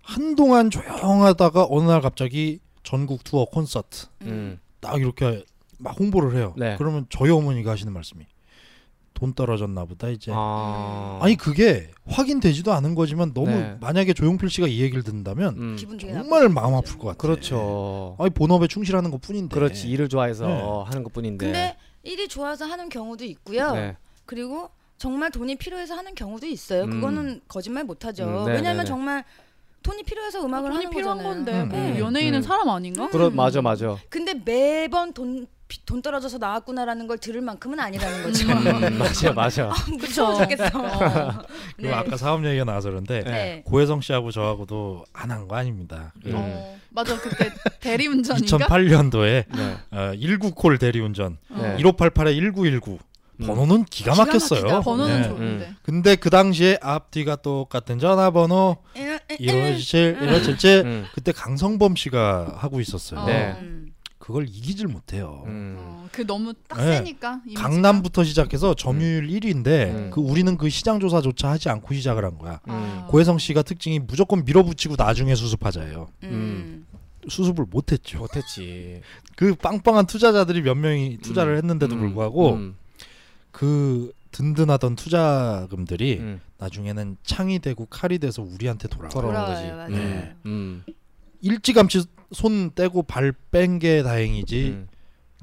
A: 한동안 조용하다가 어느 날 갑자기 전국 투어 콘서트
C: 음.
A: 딱 이렇게 막 홍보를 해요.
C: 네.
A: 그러면 저희 어머니가 하시는 말씀이 돈 떨어졌나 보다 이제. 아.
C: 아.
A: 니 그게 확인되지도 않은 거지만 너무
C: 네.
A: 만약에 조용필 씨가 이 얘기를 듣는다면
C: 음.
H: 기분 되게
A: 정말 마음 아플 것 같아요.
C: 그렇죠.
A: 아니 본업에 충실하는 것 뿐인데.
C: 그렇지 일을 좋아해서
A: 네.
C: 하는 것뿐인데.
H: 근데 일이 좋아서 하는 경우도 있고요.
C: 네.
H: 그리고 정말 돈이 필요해서 하는 경우도 있어요.
C: 음.
H: 그거는 거짓말 못하죠.
C: 음, 네,
H: 왜냐하면
C: 네, 네.
H: 정말 돈이 필요해서 음악을
G: 돈이
H: 하는
G: 필요한
H: 거잖아요.
G: 건데 뭐
A: 음.
G: 연예인은
C: 음.
G: 사람 아닌가?
C: 그러 맞아 맞아.
H: 근데 매번 돈, 피- 돈 떨어져서 나왔구나라는 걸 들을
C: (laughs)
H: 만큼은 아니라는 거죠.
C: 음,
G: (laughs)
C: 맞아 맞아.
H: 무서워 죽겠어. (laughs)
A: 그리고 아까 사업 얘기가 나와서 그런데
H: 네.
A: 고혜성 씨하고 저하고도 안 한 거 아닙니다. 그
C: 음.
G: 어, 맞아
C: (laughs)
G: 그때 대리운전인가?
A: 2008년도에
C: 네.
A: 어, 19콜 대리운전
G: 어.
C: 네. 음.
A: 1588에 1919 번호는 기가 막혔어요.
H: 기가 막히다.
G: 아, 번호는
A: 네.
G: 좋은데.
A: 근데 그 당시에 앞뒤가 똑같은 전화번호
H: 음.
A: 1577 1577
C: 음.
A: 그때 강성범 씨가 하고 있었어요.
G: 어,
C: 네.
H: 음.
A: 그걸 이기질 못해요.
C: 음.
G: 어, 그 너무 딱
A: 네.
G: 세니까. 이미지가. 음,
A: 강남부터 시작해서 점유율 1위인데
C: 음.
A: 그 우리는 그 시장 조사조차 하지 않고 시작을 한 거야.
G: 아.
A: 고혜성 씨가 특징이 무조건 밀어붙이고 나중에 수습하자예요.
H: 음.
A: 수습을 못했죠.
C: 못했지.
A: 그 빵빵한 투자자들이 몇 명이 투자를
C: 음.
A: 했는데도
C: 음.
A: 불구하고
C: 음.
A: 그 든든하던 투자금들이
C: 음.
A: 나중에는 창이 되고 칼이 돼서 우리한테 돌아와.
C: 돌아오는
H: 돌아와요,
C: 거지.
H: 맞아요.
A: 네.
C: 음. 음.
A: 일찌감치 손 떼고 발 뺀 게 다행이지.
C: 음.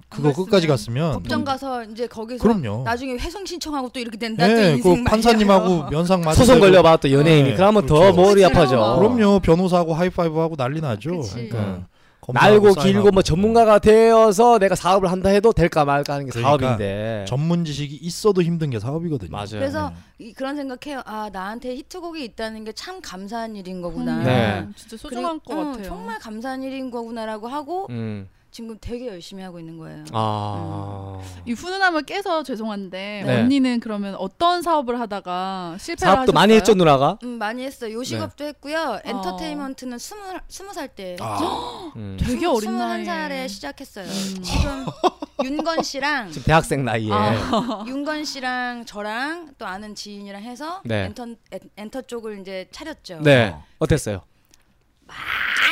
A: 그거 끝까지
G: 그랬으면
A: 갔으면 뭐,
H: 법정 가서 이제 거기서
A: 그럼요.
H: 나중에 회송 신청하고 또 이렇게 된다. 또
A: 예,
H: 인생
A: 어. 그
H: 말이에요. (laughs)
A: 판사님하고 면상 맞고
C: 소송 걸려봐 또 연예인이
A: 네,
C: 그러면 더
A: 그렇죠.
C: 머리 아파져.
H: 뭐
G: 그럼요.
A: 그럼요. 변호사하고 하이파이브 하고 난리 나죠.
G: 그치.
A: 그러니까 검사하고
C: 네. 어. 날고
A: 사인하고.
C: 길고 뭐 전문가가 되어서 내가 사업을 한다 해도 될까 말까 하는 게
A: 그러니까
C: 사업인데.
A: 전문 지식이 있어도 힘든 게 사업이거든요. 네.
C: 맞아요.
H: 그래서 이- 그런 생각해요. 아 나한테 히트곡이 있다는 게 참 감사한 일인 거구나.
G: 음,
C: 네.
G: 진짜 소중한
H: 그리고,
G: 것
H: 응,
G: 같아요.
H: 정말 감사한 일인 거구나라고 하고
C: 음.
H: 지금 되게 열심히 하고 있는 거예요.
C: 아.
H: 음.
G: 이 훈훈함을 깨서 죄송한데
C: 네.
G: 언니는 그러면 어떤 사업을 하다가 실패를
C: 사업도 많이 했죠
G: 하셨어요?
C: 누나가.
H: 음, 많이 했어요. 요식업도
A: 네.
H: 했고요. 엔터테인먼트는 스무 스무 살 때.
A: 아.
C: 음.
G: 되게
H: 스무-
G: 어린 나이에.
H: 21살에 시작했어요.
G: 음.
H: 지금
A: (laughs)
H: 윤건 씨랑
C: 지금 대학생 나이에.
G: 아.
A: 네.
H: 윤건 씨랑 저랑 또 아는 지인이랑 해서
C: 네.
H: 엔터 엔- 엔터 쪽을 이제 차렸죠.
C: 네. 어땠어요?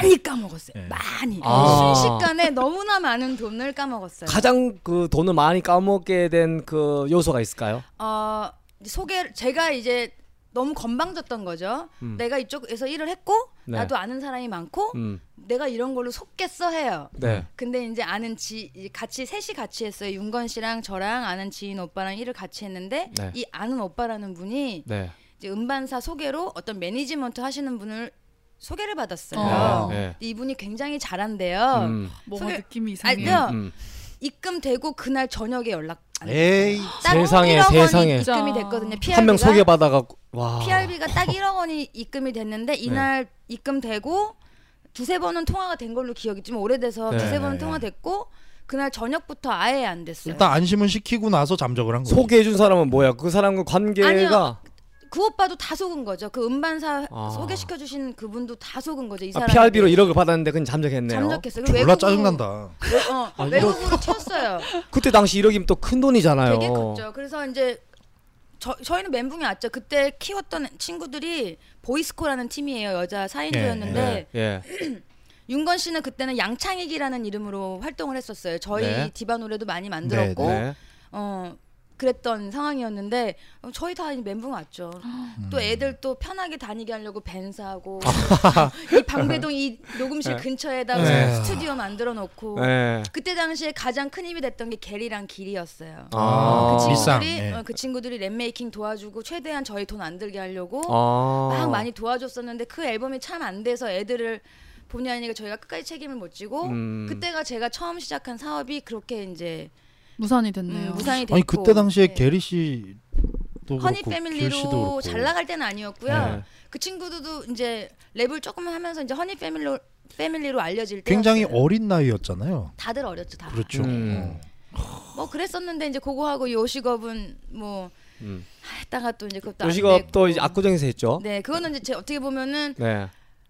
H: 많이 까먹었어요.
A: 네.
H: 많이
C: 아.
H: 순식간에 너무나 많은 돈을 까먹었어요.
C: 가장 그 돈을 많이 까먹게 된 그 요소가 있을까요?
H: 어, 소개 제가 이제 너무 건방졌던 거죠. 내가 이쪽에서 일을 했고
C: 음. 네.
H: 나도 아는 사람이 많고
C: 음.
H: 내가 이런 걸로 속겠어 해요.
C: 네.
H: 근데 이제 아는 지 이- 같이 셋이 같이 했어요. 윤건 씨랑 저랑 아는 지인 오빠랑 일을 같이 했는데
C: 네.
H: 이 아는 오빠라는
A: 음.
H: 분이
C: 네.
H: 이제 음반사 소개로 어떤 매니지먼트 하시는 분을 소개를 받았어요.
G: 아.
C: 네.
H: 근데 이분이 굉장히 잘한대요.
C: 음.
G: 뭔가
H: 소개-
G: 느낌이
H: 그 아니,
G: 이상해.
H: 요
C: 음.
H: 입금되고 그날 저녁에 연락. 안 해요.
A: 에이,
H: 딱
C: 세상에,
H: 1억 원이
C: 세상에.
H: 입금이 됐거든요. PRB 가.
C: 한 명 소개받아갖고 네. 와.
H: PRB가 딱 1억 원이 입금이 됐는데 이날 입금되고 두세 번은 통화가 된 걸로 기억이 좀 오래돼서
C: 네,
H: 두세 번은
A: 네,
H: 통화됐고 그날 저녁부터 아예 안 됐어요.
A: 일단 안심은 시키고 나서 잠적을 한 거예요.
C: 소개해준 사람은 뭐야? 그 사람과 관계가
H: 아니요. 그 오빠도 다 속은 거죠. 그 음반사
C: 아.
H: 소개시켜 주신 그분도 다 속은 거죠. 이
C: 아,
H: 사람
C: PRB로 1억을 받았는데 그건 잠적했네요.
H: 잠적했어요.
A: 졸라 짜증난다.
H: 외, 어,
C: 아,
H: 외국으로 쳤어요.
C: 그때 당시 1억이면 또 큰 돈이잖아요.
H: 되게 컸죠. 그래서 이제 저, 저희는 멘붕이 왔죠. 그때 키웠던 친구들이 보이스코라는 팀이에요. 여자 사인조였는데
C: 네. 예.
H: 윤건 씨는 그때는 양창익이라는 이름으로 활동을 했었어요. 저희
C: 네.
H: 디바 노래도 많이 만들었고
C: 네.
H: 어 그랬던 상황이었는데 어, 저희 다 이제 멘붕 왔죠.
C: 음.
H: 또 애들 또 편하게 다니게 하려고 벤사하고 (laughs) 이 방배동 이 녹음실
C: 아. 네.
H: 근처에다가
C: 네.
H: 스튜디오 만들어 놓고
C: 네.
H: 그때 당시에 가장 큰 힘이 됐던 게 게리랑 길이었어요.
C: 아.
H: 그
A: 밀상,
H: 친구들이
A: 예.
H: 어, 그 친구들이 랩 메이킹 도와주고 최대한 저희 돈 안 들게 하려고
C: 아.
H: 막 많이 도와줬었는데 그 앨범이 참 안 돼서 애들을 본의 아니게 저희가 끝까지 책임을 못 지고
C: 음.
H: 그때가 제가 처음 시작한 사업이 그렇게 이제
G: 무산이
H: 음,
G: 됐네요.
H: 무상이 됐고
A: 아니 그때 당시에
H: 네.
A: 게리 씨도
H: 허니
A: 그렇고 길 씨도
H: 패밀리로
A: 그렇고
H: 잘 나갈 때는 아니었고요.
C: 네.
H: 그 친구들도 이제 랩을 조금 하면서 이제 허니 패밀리로 패밀리로 알려질 때
A: 굉장히 어린 나이였잖아요.
H: 다들 어렸죠 다.
A: 그렇죠.
C: 음.
H: 뭐 그랬었는데 이제 그거 하고 요식업은 뭐
C: 음.
H: 했다가 또 이제 그것도 안
C: 요식업 또
H: 됐고.
C: 이제 압구정에서 했죠.
H: 네 그거는 이제 제 어떻게 보면은
C: 네.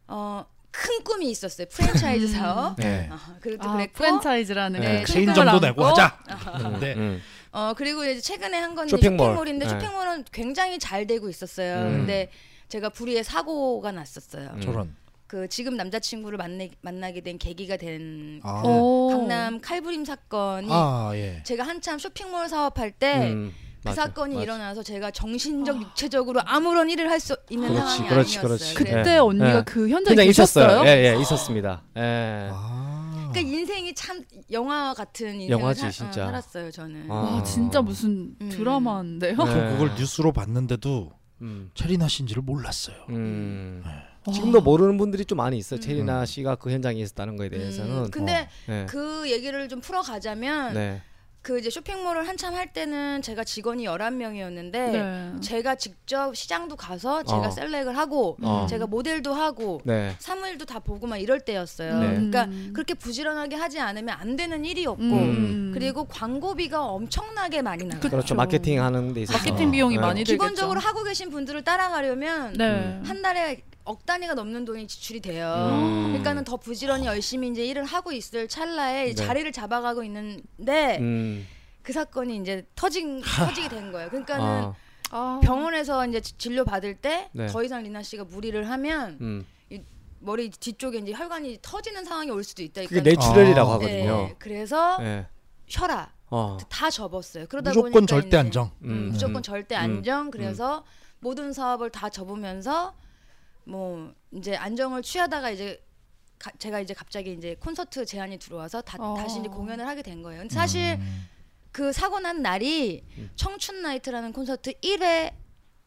H: 어, 큰 꿈이 있었어요
C: 음.
H: 프랜차이즈 사업. 어, 그리고 또
G: 아,
H: 그랬고
G: 프랜차이즈라는
C: 네,
G: 그
A: 체인
G: 큰
A: 정도
G: 꿈을
A: 내고
G: 안고
A: 네. 하자.
C: 음,
A: (laughs) 네.
C: 음.
H: 어 그리고 이제 최근에 한 건
C: 쇼핑몰.
H: 쇼핑몰. 인데
C: 네.
H: 쇼핑몰은 굉장히 잘 되고 있었어요.
C: 음.
H: 근데 제가 불의의 사고가 났었어요.
A: 아, 저런.
H: 그 지금 남자친구를 만나, 만나게 된 계기가 된
A: 아,
G: 오.
C: 네.
H: 강남 칼부림 사건이
A: 아 예.
H: 제가 한참 쇼핑몰 사업할 때 그
C: 음. 맞아,
H: 사건이
C: 맞아.
H: 일어나서 제가
G: 아.
H: 정신적 육체적으로 아무런 일을 할 수 있는
C: 그렇지,
H: 상황이
C: 그렇지,
H: 아니었어요.
C: 그렇지.
H: 그래.
G: 그때
C: 네.
G: 언니가
C: 네.
G: 그 현장에
C: 현장 있었어요.
G: 계셨어요?
C: 예, 예, 있었습니다. 예.
A: 아.
H: 네. 그러니까 인생이 참 영화 같은 인생을
C: 어. 영화지,
H: 사, 어,
C: 진짜.
H: 살았어요 저는.
C: 아.
G: 와 진짜 무슨
H: 음.
G: 드라마인데요?
C: 네.
A: 전 그걸 뉴스로 봤는데도
C: 음.
A: 체리나 씨인지를 몰랐어요.
C: 음.
G: 어.
C: 지금도 모르는 분들이 좀 많이 있어요. 체리나 씨가 그 현장에 있었다는 거에 대해서는.
H: 음, 근데
C: 네.
H: 그 얘기를 좀 풀어가자면
C: 네.
H: 그 이제 쇼핑몰을 한참 할 때는 제가 직원이 11명이었는데
G: 네.
H: 제가 직접 시장도 가서 제가
C: 어.
H: 셀렉을 하고
C: 어.
H: 제가 모델도 하고
C: 네.
H: 사무일도 다 보고 막 이럴 때였어요.
C: 네.
H: 그러니까
G: 음.
H: 그렇게 부지런하게 하지 않으면 안 되는 일이었고
G: 음.
H: 그리고 광고비가 엄청나게 많이 나가요.
C: 그렇죠. 마케팅 하는 데 있어서.
G: 마케팅 비용이
C: 네.
G: 많이 들겠죠.
H: 기본적으로 하고 계신 분들을 따라가려면
G: 네.
H: 한 음. 달에 억 단위가 넘는 돈이 지출이 돼요.
C: 음.
H: 그러니까는 더 부지런히 열심히 이제 일을 하고 있을 찰나에
C: 네.
H: 자리를 잡아가고 있는데
C: 음.
H: 그 사건이 이제 터진 터지게 된 거예요. 그러니까는
C: 아,
G: 아.
H: 병원에서 이제 진료 받을 때 더
C: 네.
H: 이상 리나 씨가 무리를 하면
C: 음.
H: 머리 뒤쪽에 이제 혈관이 터지는 상황이 올 수도 있다.
C: 그게
H: 그러니까-
C: 내추럴이라고 네.
A: 아.
C: 하거든요.
H: 네, 그래서
C: 네.
H: 혈압
C: 어.
H: 다 접었어요. 그러다
A: 무조건
H: 보니까
A: 절대
H: 이제
A: 안정.
H: 음,
C: 음.
H: 무조건 절대 안정.
C: 음.
H: 그래서 모든 사업을 다 접으면서 뭐 이제 안정을 취하다가 이제 가- 제가 이제 갑자기 이제 콘서트 제안이 들어와서 다,
G: 어.
H: 다시 이제 공연을 하게 된 거예요. 근데 사실
C: 음.
H: 그 사고 난 날이 청춘 나이트라는 콘서트 1회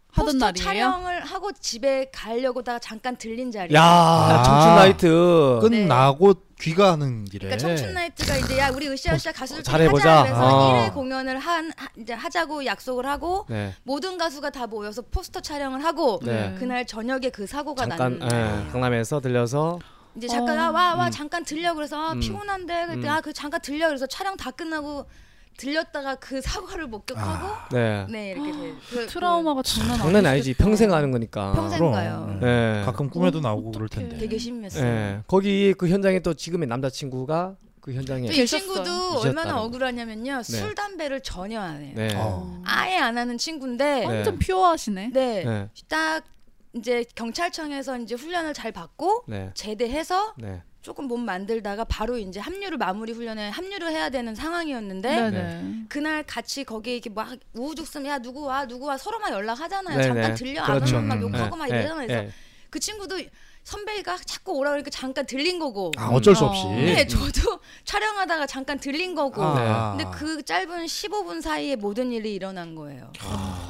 G: 하던
H: 포스터
G: 날이에요?
H: 촬영을 하고 집에 가려고다가 잠깐 들린 자리예요. 네.
C: 야,
A: 아.
C: 청춘 나이트.
A: 끝나고 귀가하는 길에.
H: 그러니까 청춘 나이트가 이제 야 우리 으쌰으쌰 가수들 좀
C: 예. 어, 잘해보자.
H: 하자 그래서
C: 어.
H: 1회 공연을 한 하- 이제 하자고 약속을 하고
C: 네.
H: 모든 가수가 다 모여서 포스터 촬영을 하고
C: 네.
H: 그날 저녁에 그 사고가 네.
C: 잠깐
H: 난
C: 예, 강남에서 들려서
H: 이제 잠깐
G: 어.
H: 아 와 와
C: 음.
H: 잠깐 들려 그래서 아,
C: 음.
H: 피곤한데 그때
C: 음.
H: 아 그 잠깐 들려 그래서 촬영 다 끝나고 들렸다가 그 사고를 목격하고
C: 네.
H: 네 이렇게 돼요. 그- 그-
G: 아, 트라우마가 장난
C: 장난
G: 아니겠다.
C: 아니지. 평생 하는 거니까.
H: 평생 가요.
A: 그럼.
C: 예.
A: 가끔 꿈에도 나오고
G: 어떡해.
A: 그럴 텐데.
H: 되게 심했어요.
C: 예. 거기 그 현장에 또 지금의 남자친구가 그
H: 또
C: 현장에
H: 이 친구도
C: 잊었다는
H: 얼마나
C: 거.
H: 억울하냐면요 술 담배를 전혀 안 해요.
C: 네.
A: 어.
H: 아예 안 하는 친구인데
C: 네.
G: 완전 퓨어하시네.
H: 네.
C: 네.
H: 딱 이제 경찰청에서 이제 훈련을 잘 받고
C: 네.
H: 제대해서
C: 네.
H: 조금 몸 만들다가 바로 이제 합류를 마무리 훈련에 합류를 해야 되는 상황이었는데
G: 네네.
H: 그날 같이 거기 이렇게 막 우후죽순 야 누구 와 누구 와 서로 막 연락하잖아요.
C: 네네.
H: 잠깐 들려
C: 그렇죠.
H: 안 오면 막
A: 음.
H: 욕하고 막 이러잖아요.
C: 예,
H: 그래서
C: 예.
H: 그 친구도 선배가 자꾸 오라 그러니까 잠깐 들린 거고.
A: 아 어쩔 수
G: 어.
A: 없이.
H: 네, 저도 (laughs) 촬영하다가 잠깐 들린 거고.
C: 예. 음. 아.
H: 근데 그 짧은 15분 사이에 모든 일이 일어난 거예요.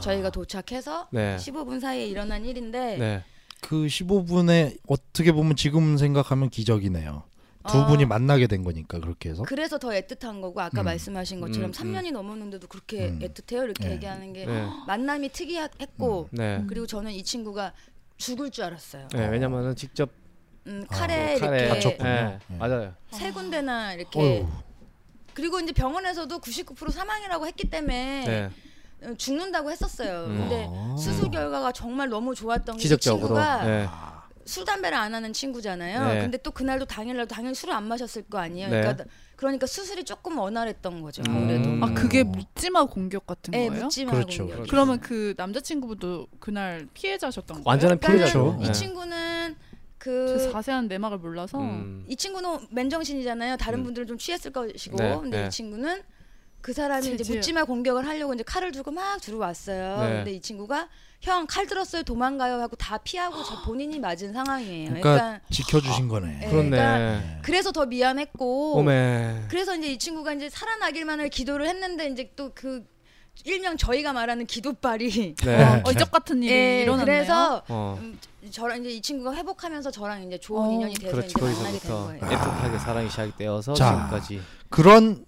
H: 저희가 도착해서
C: 아. 네.
H: 15분 사이에 일어난 일인데
C: 네.
A: 그 15분에 어떻게 보면 지금 생각하면 기적이네요. 두
H: 어.
A: 분이 만나게 된 거니까 그렇게 해서.
H: 그래서 더 애틋한 거고 아까
A: 어? 음.
H: 말씀하신
C: 음,
H: 것처럼 3년이 넘었는데도 그렇게
A: 음.
H: 애틋해요 이렇게
A: 네.
H: 얘기하는 게
C: 네.
H: 만남이 특이했고 음.
C: 네.
H: 그리고 저는 이 친구가 죽을 줄 알았어요.
C: 네. 왜냐면은 직접
H: 음,
A: 아,
H: 칼에
C: 칼에
H: 이렇게
A: 다쳤고.
C: 예.
A: 예.
C: 맞아요.
H: 세 군데나 이렇게
A: 어휴.
H: 그리고 이제 병원에서도 99% 사망이라고 했기 때문에
C: 네.
H: 어, 죽는다고 했었어요.
C: 음.
H: 근데
A: 아.
H: 수술 결과가 정말 너무 좋았던 게이 그
C: 기적적으로.
H: 친구가
C: 네.
H: 술 담배를 안 하는 친구잖아요.
C: 네.
H: 근데 또 그날도 당일날도 당연히 술을 안 마셨을 거 아니에요.
C: 네.
H: 그러니까 그러니까 수술이 조금 원활했던 거죠.
C: 음.
H: 아무래도.
G: 아 그게 묻지마 공격 같은
H: 예,
G: 거예요?
H: 묻지 말고.
A: 그렇죠.
H: 그냥.
G: 그러면 그 남자친구분도 그날 피해자셨던 거예요?
C: 완전한 피해자죠.
H: 그러니까는 이
C: 네.
H: 친구는
G: 저
H: 그
G: 자세한 내막을
H: 어.
G: 몰라서
C: 음.
H: 이 친구는 맨정신이잖아요. 다른
C: 음.
H: 분들은 좀 취했을 것이고,
C: 네,
H: 근데
C: 네.
H: 이 친구는 그 사람이
G: 체질.
H: 이제 묻지마 공격을 하려고 이제 칼을 들고 막 들어왔어요.
C: 네.
H: 근데 이 친구가 형 칼 들었어요 도망가요 하고 다 피하고 저 본인이 맞은 상황이에요.
A: 그러니까-
H: 그러니까,
A: 지켜주신 거네.
H: 예.
C: 그렇네.
H: 그러니까 그래서 더 미안했고,
C: 오메.
H: 그래서 이제 이 친구가 이제 살아나길만을 기도를 했는데 이제 또 그 일명 저희가 말하는 기도빨이
C: 네.
G: 어, 이적 같은 일이
H: 예,
G: 일어났네요.
H: 그래서
C: 어.
H: 그 음, 저랑 이제 이 친구가 회복하면서 저랑 이제 좋은
G: 어.
H: 인연이 돼서
C: 그렇지
H: 이제 아. 만나게 된
C: 그렇죠. 거기서부터
H: 거예요.
C: 애틋하게 사랑이 시작되어서
A: 자.
C: 지금까지
A: 그런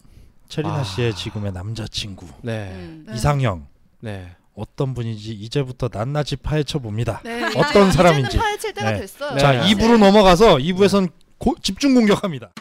A: 체리나
C: 아.
A: 씨의 지금의 남자친구
C: 네
H: 음.
G: 네.
A: 이상형
C: 네.
A: 어떤 분인지 이제부터 낱낱이 파헤쳐 봅니다.
G: 네.
H: 아,
A: 어떤 사람인지.
G: 파헤칠 때가
A: 네.
G: 됐어요.
C: 네.
A: 자, 2부로 넘어가서 2부에선 집중 공격합니다.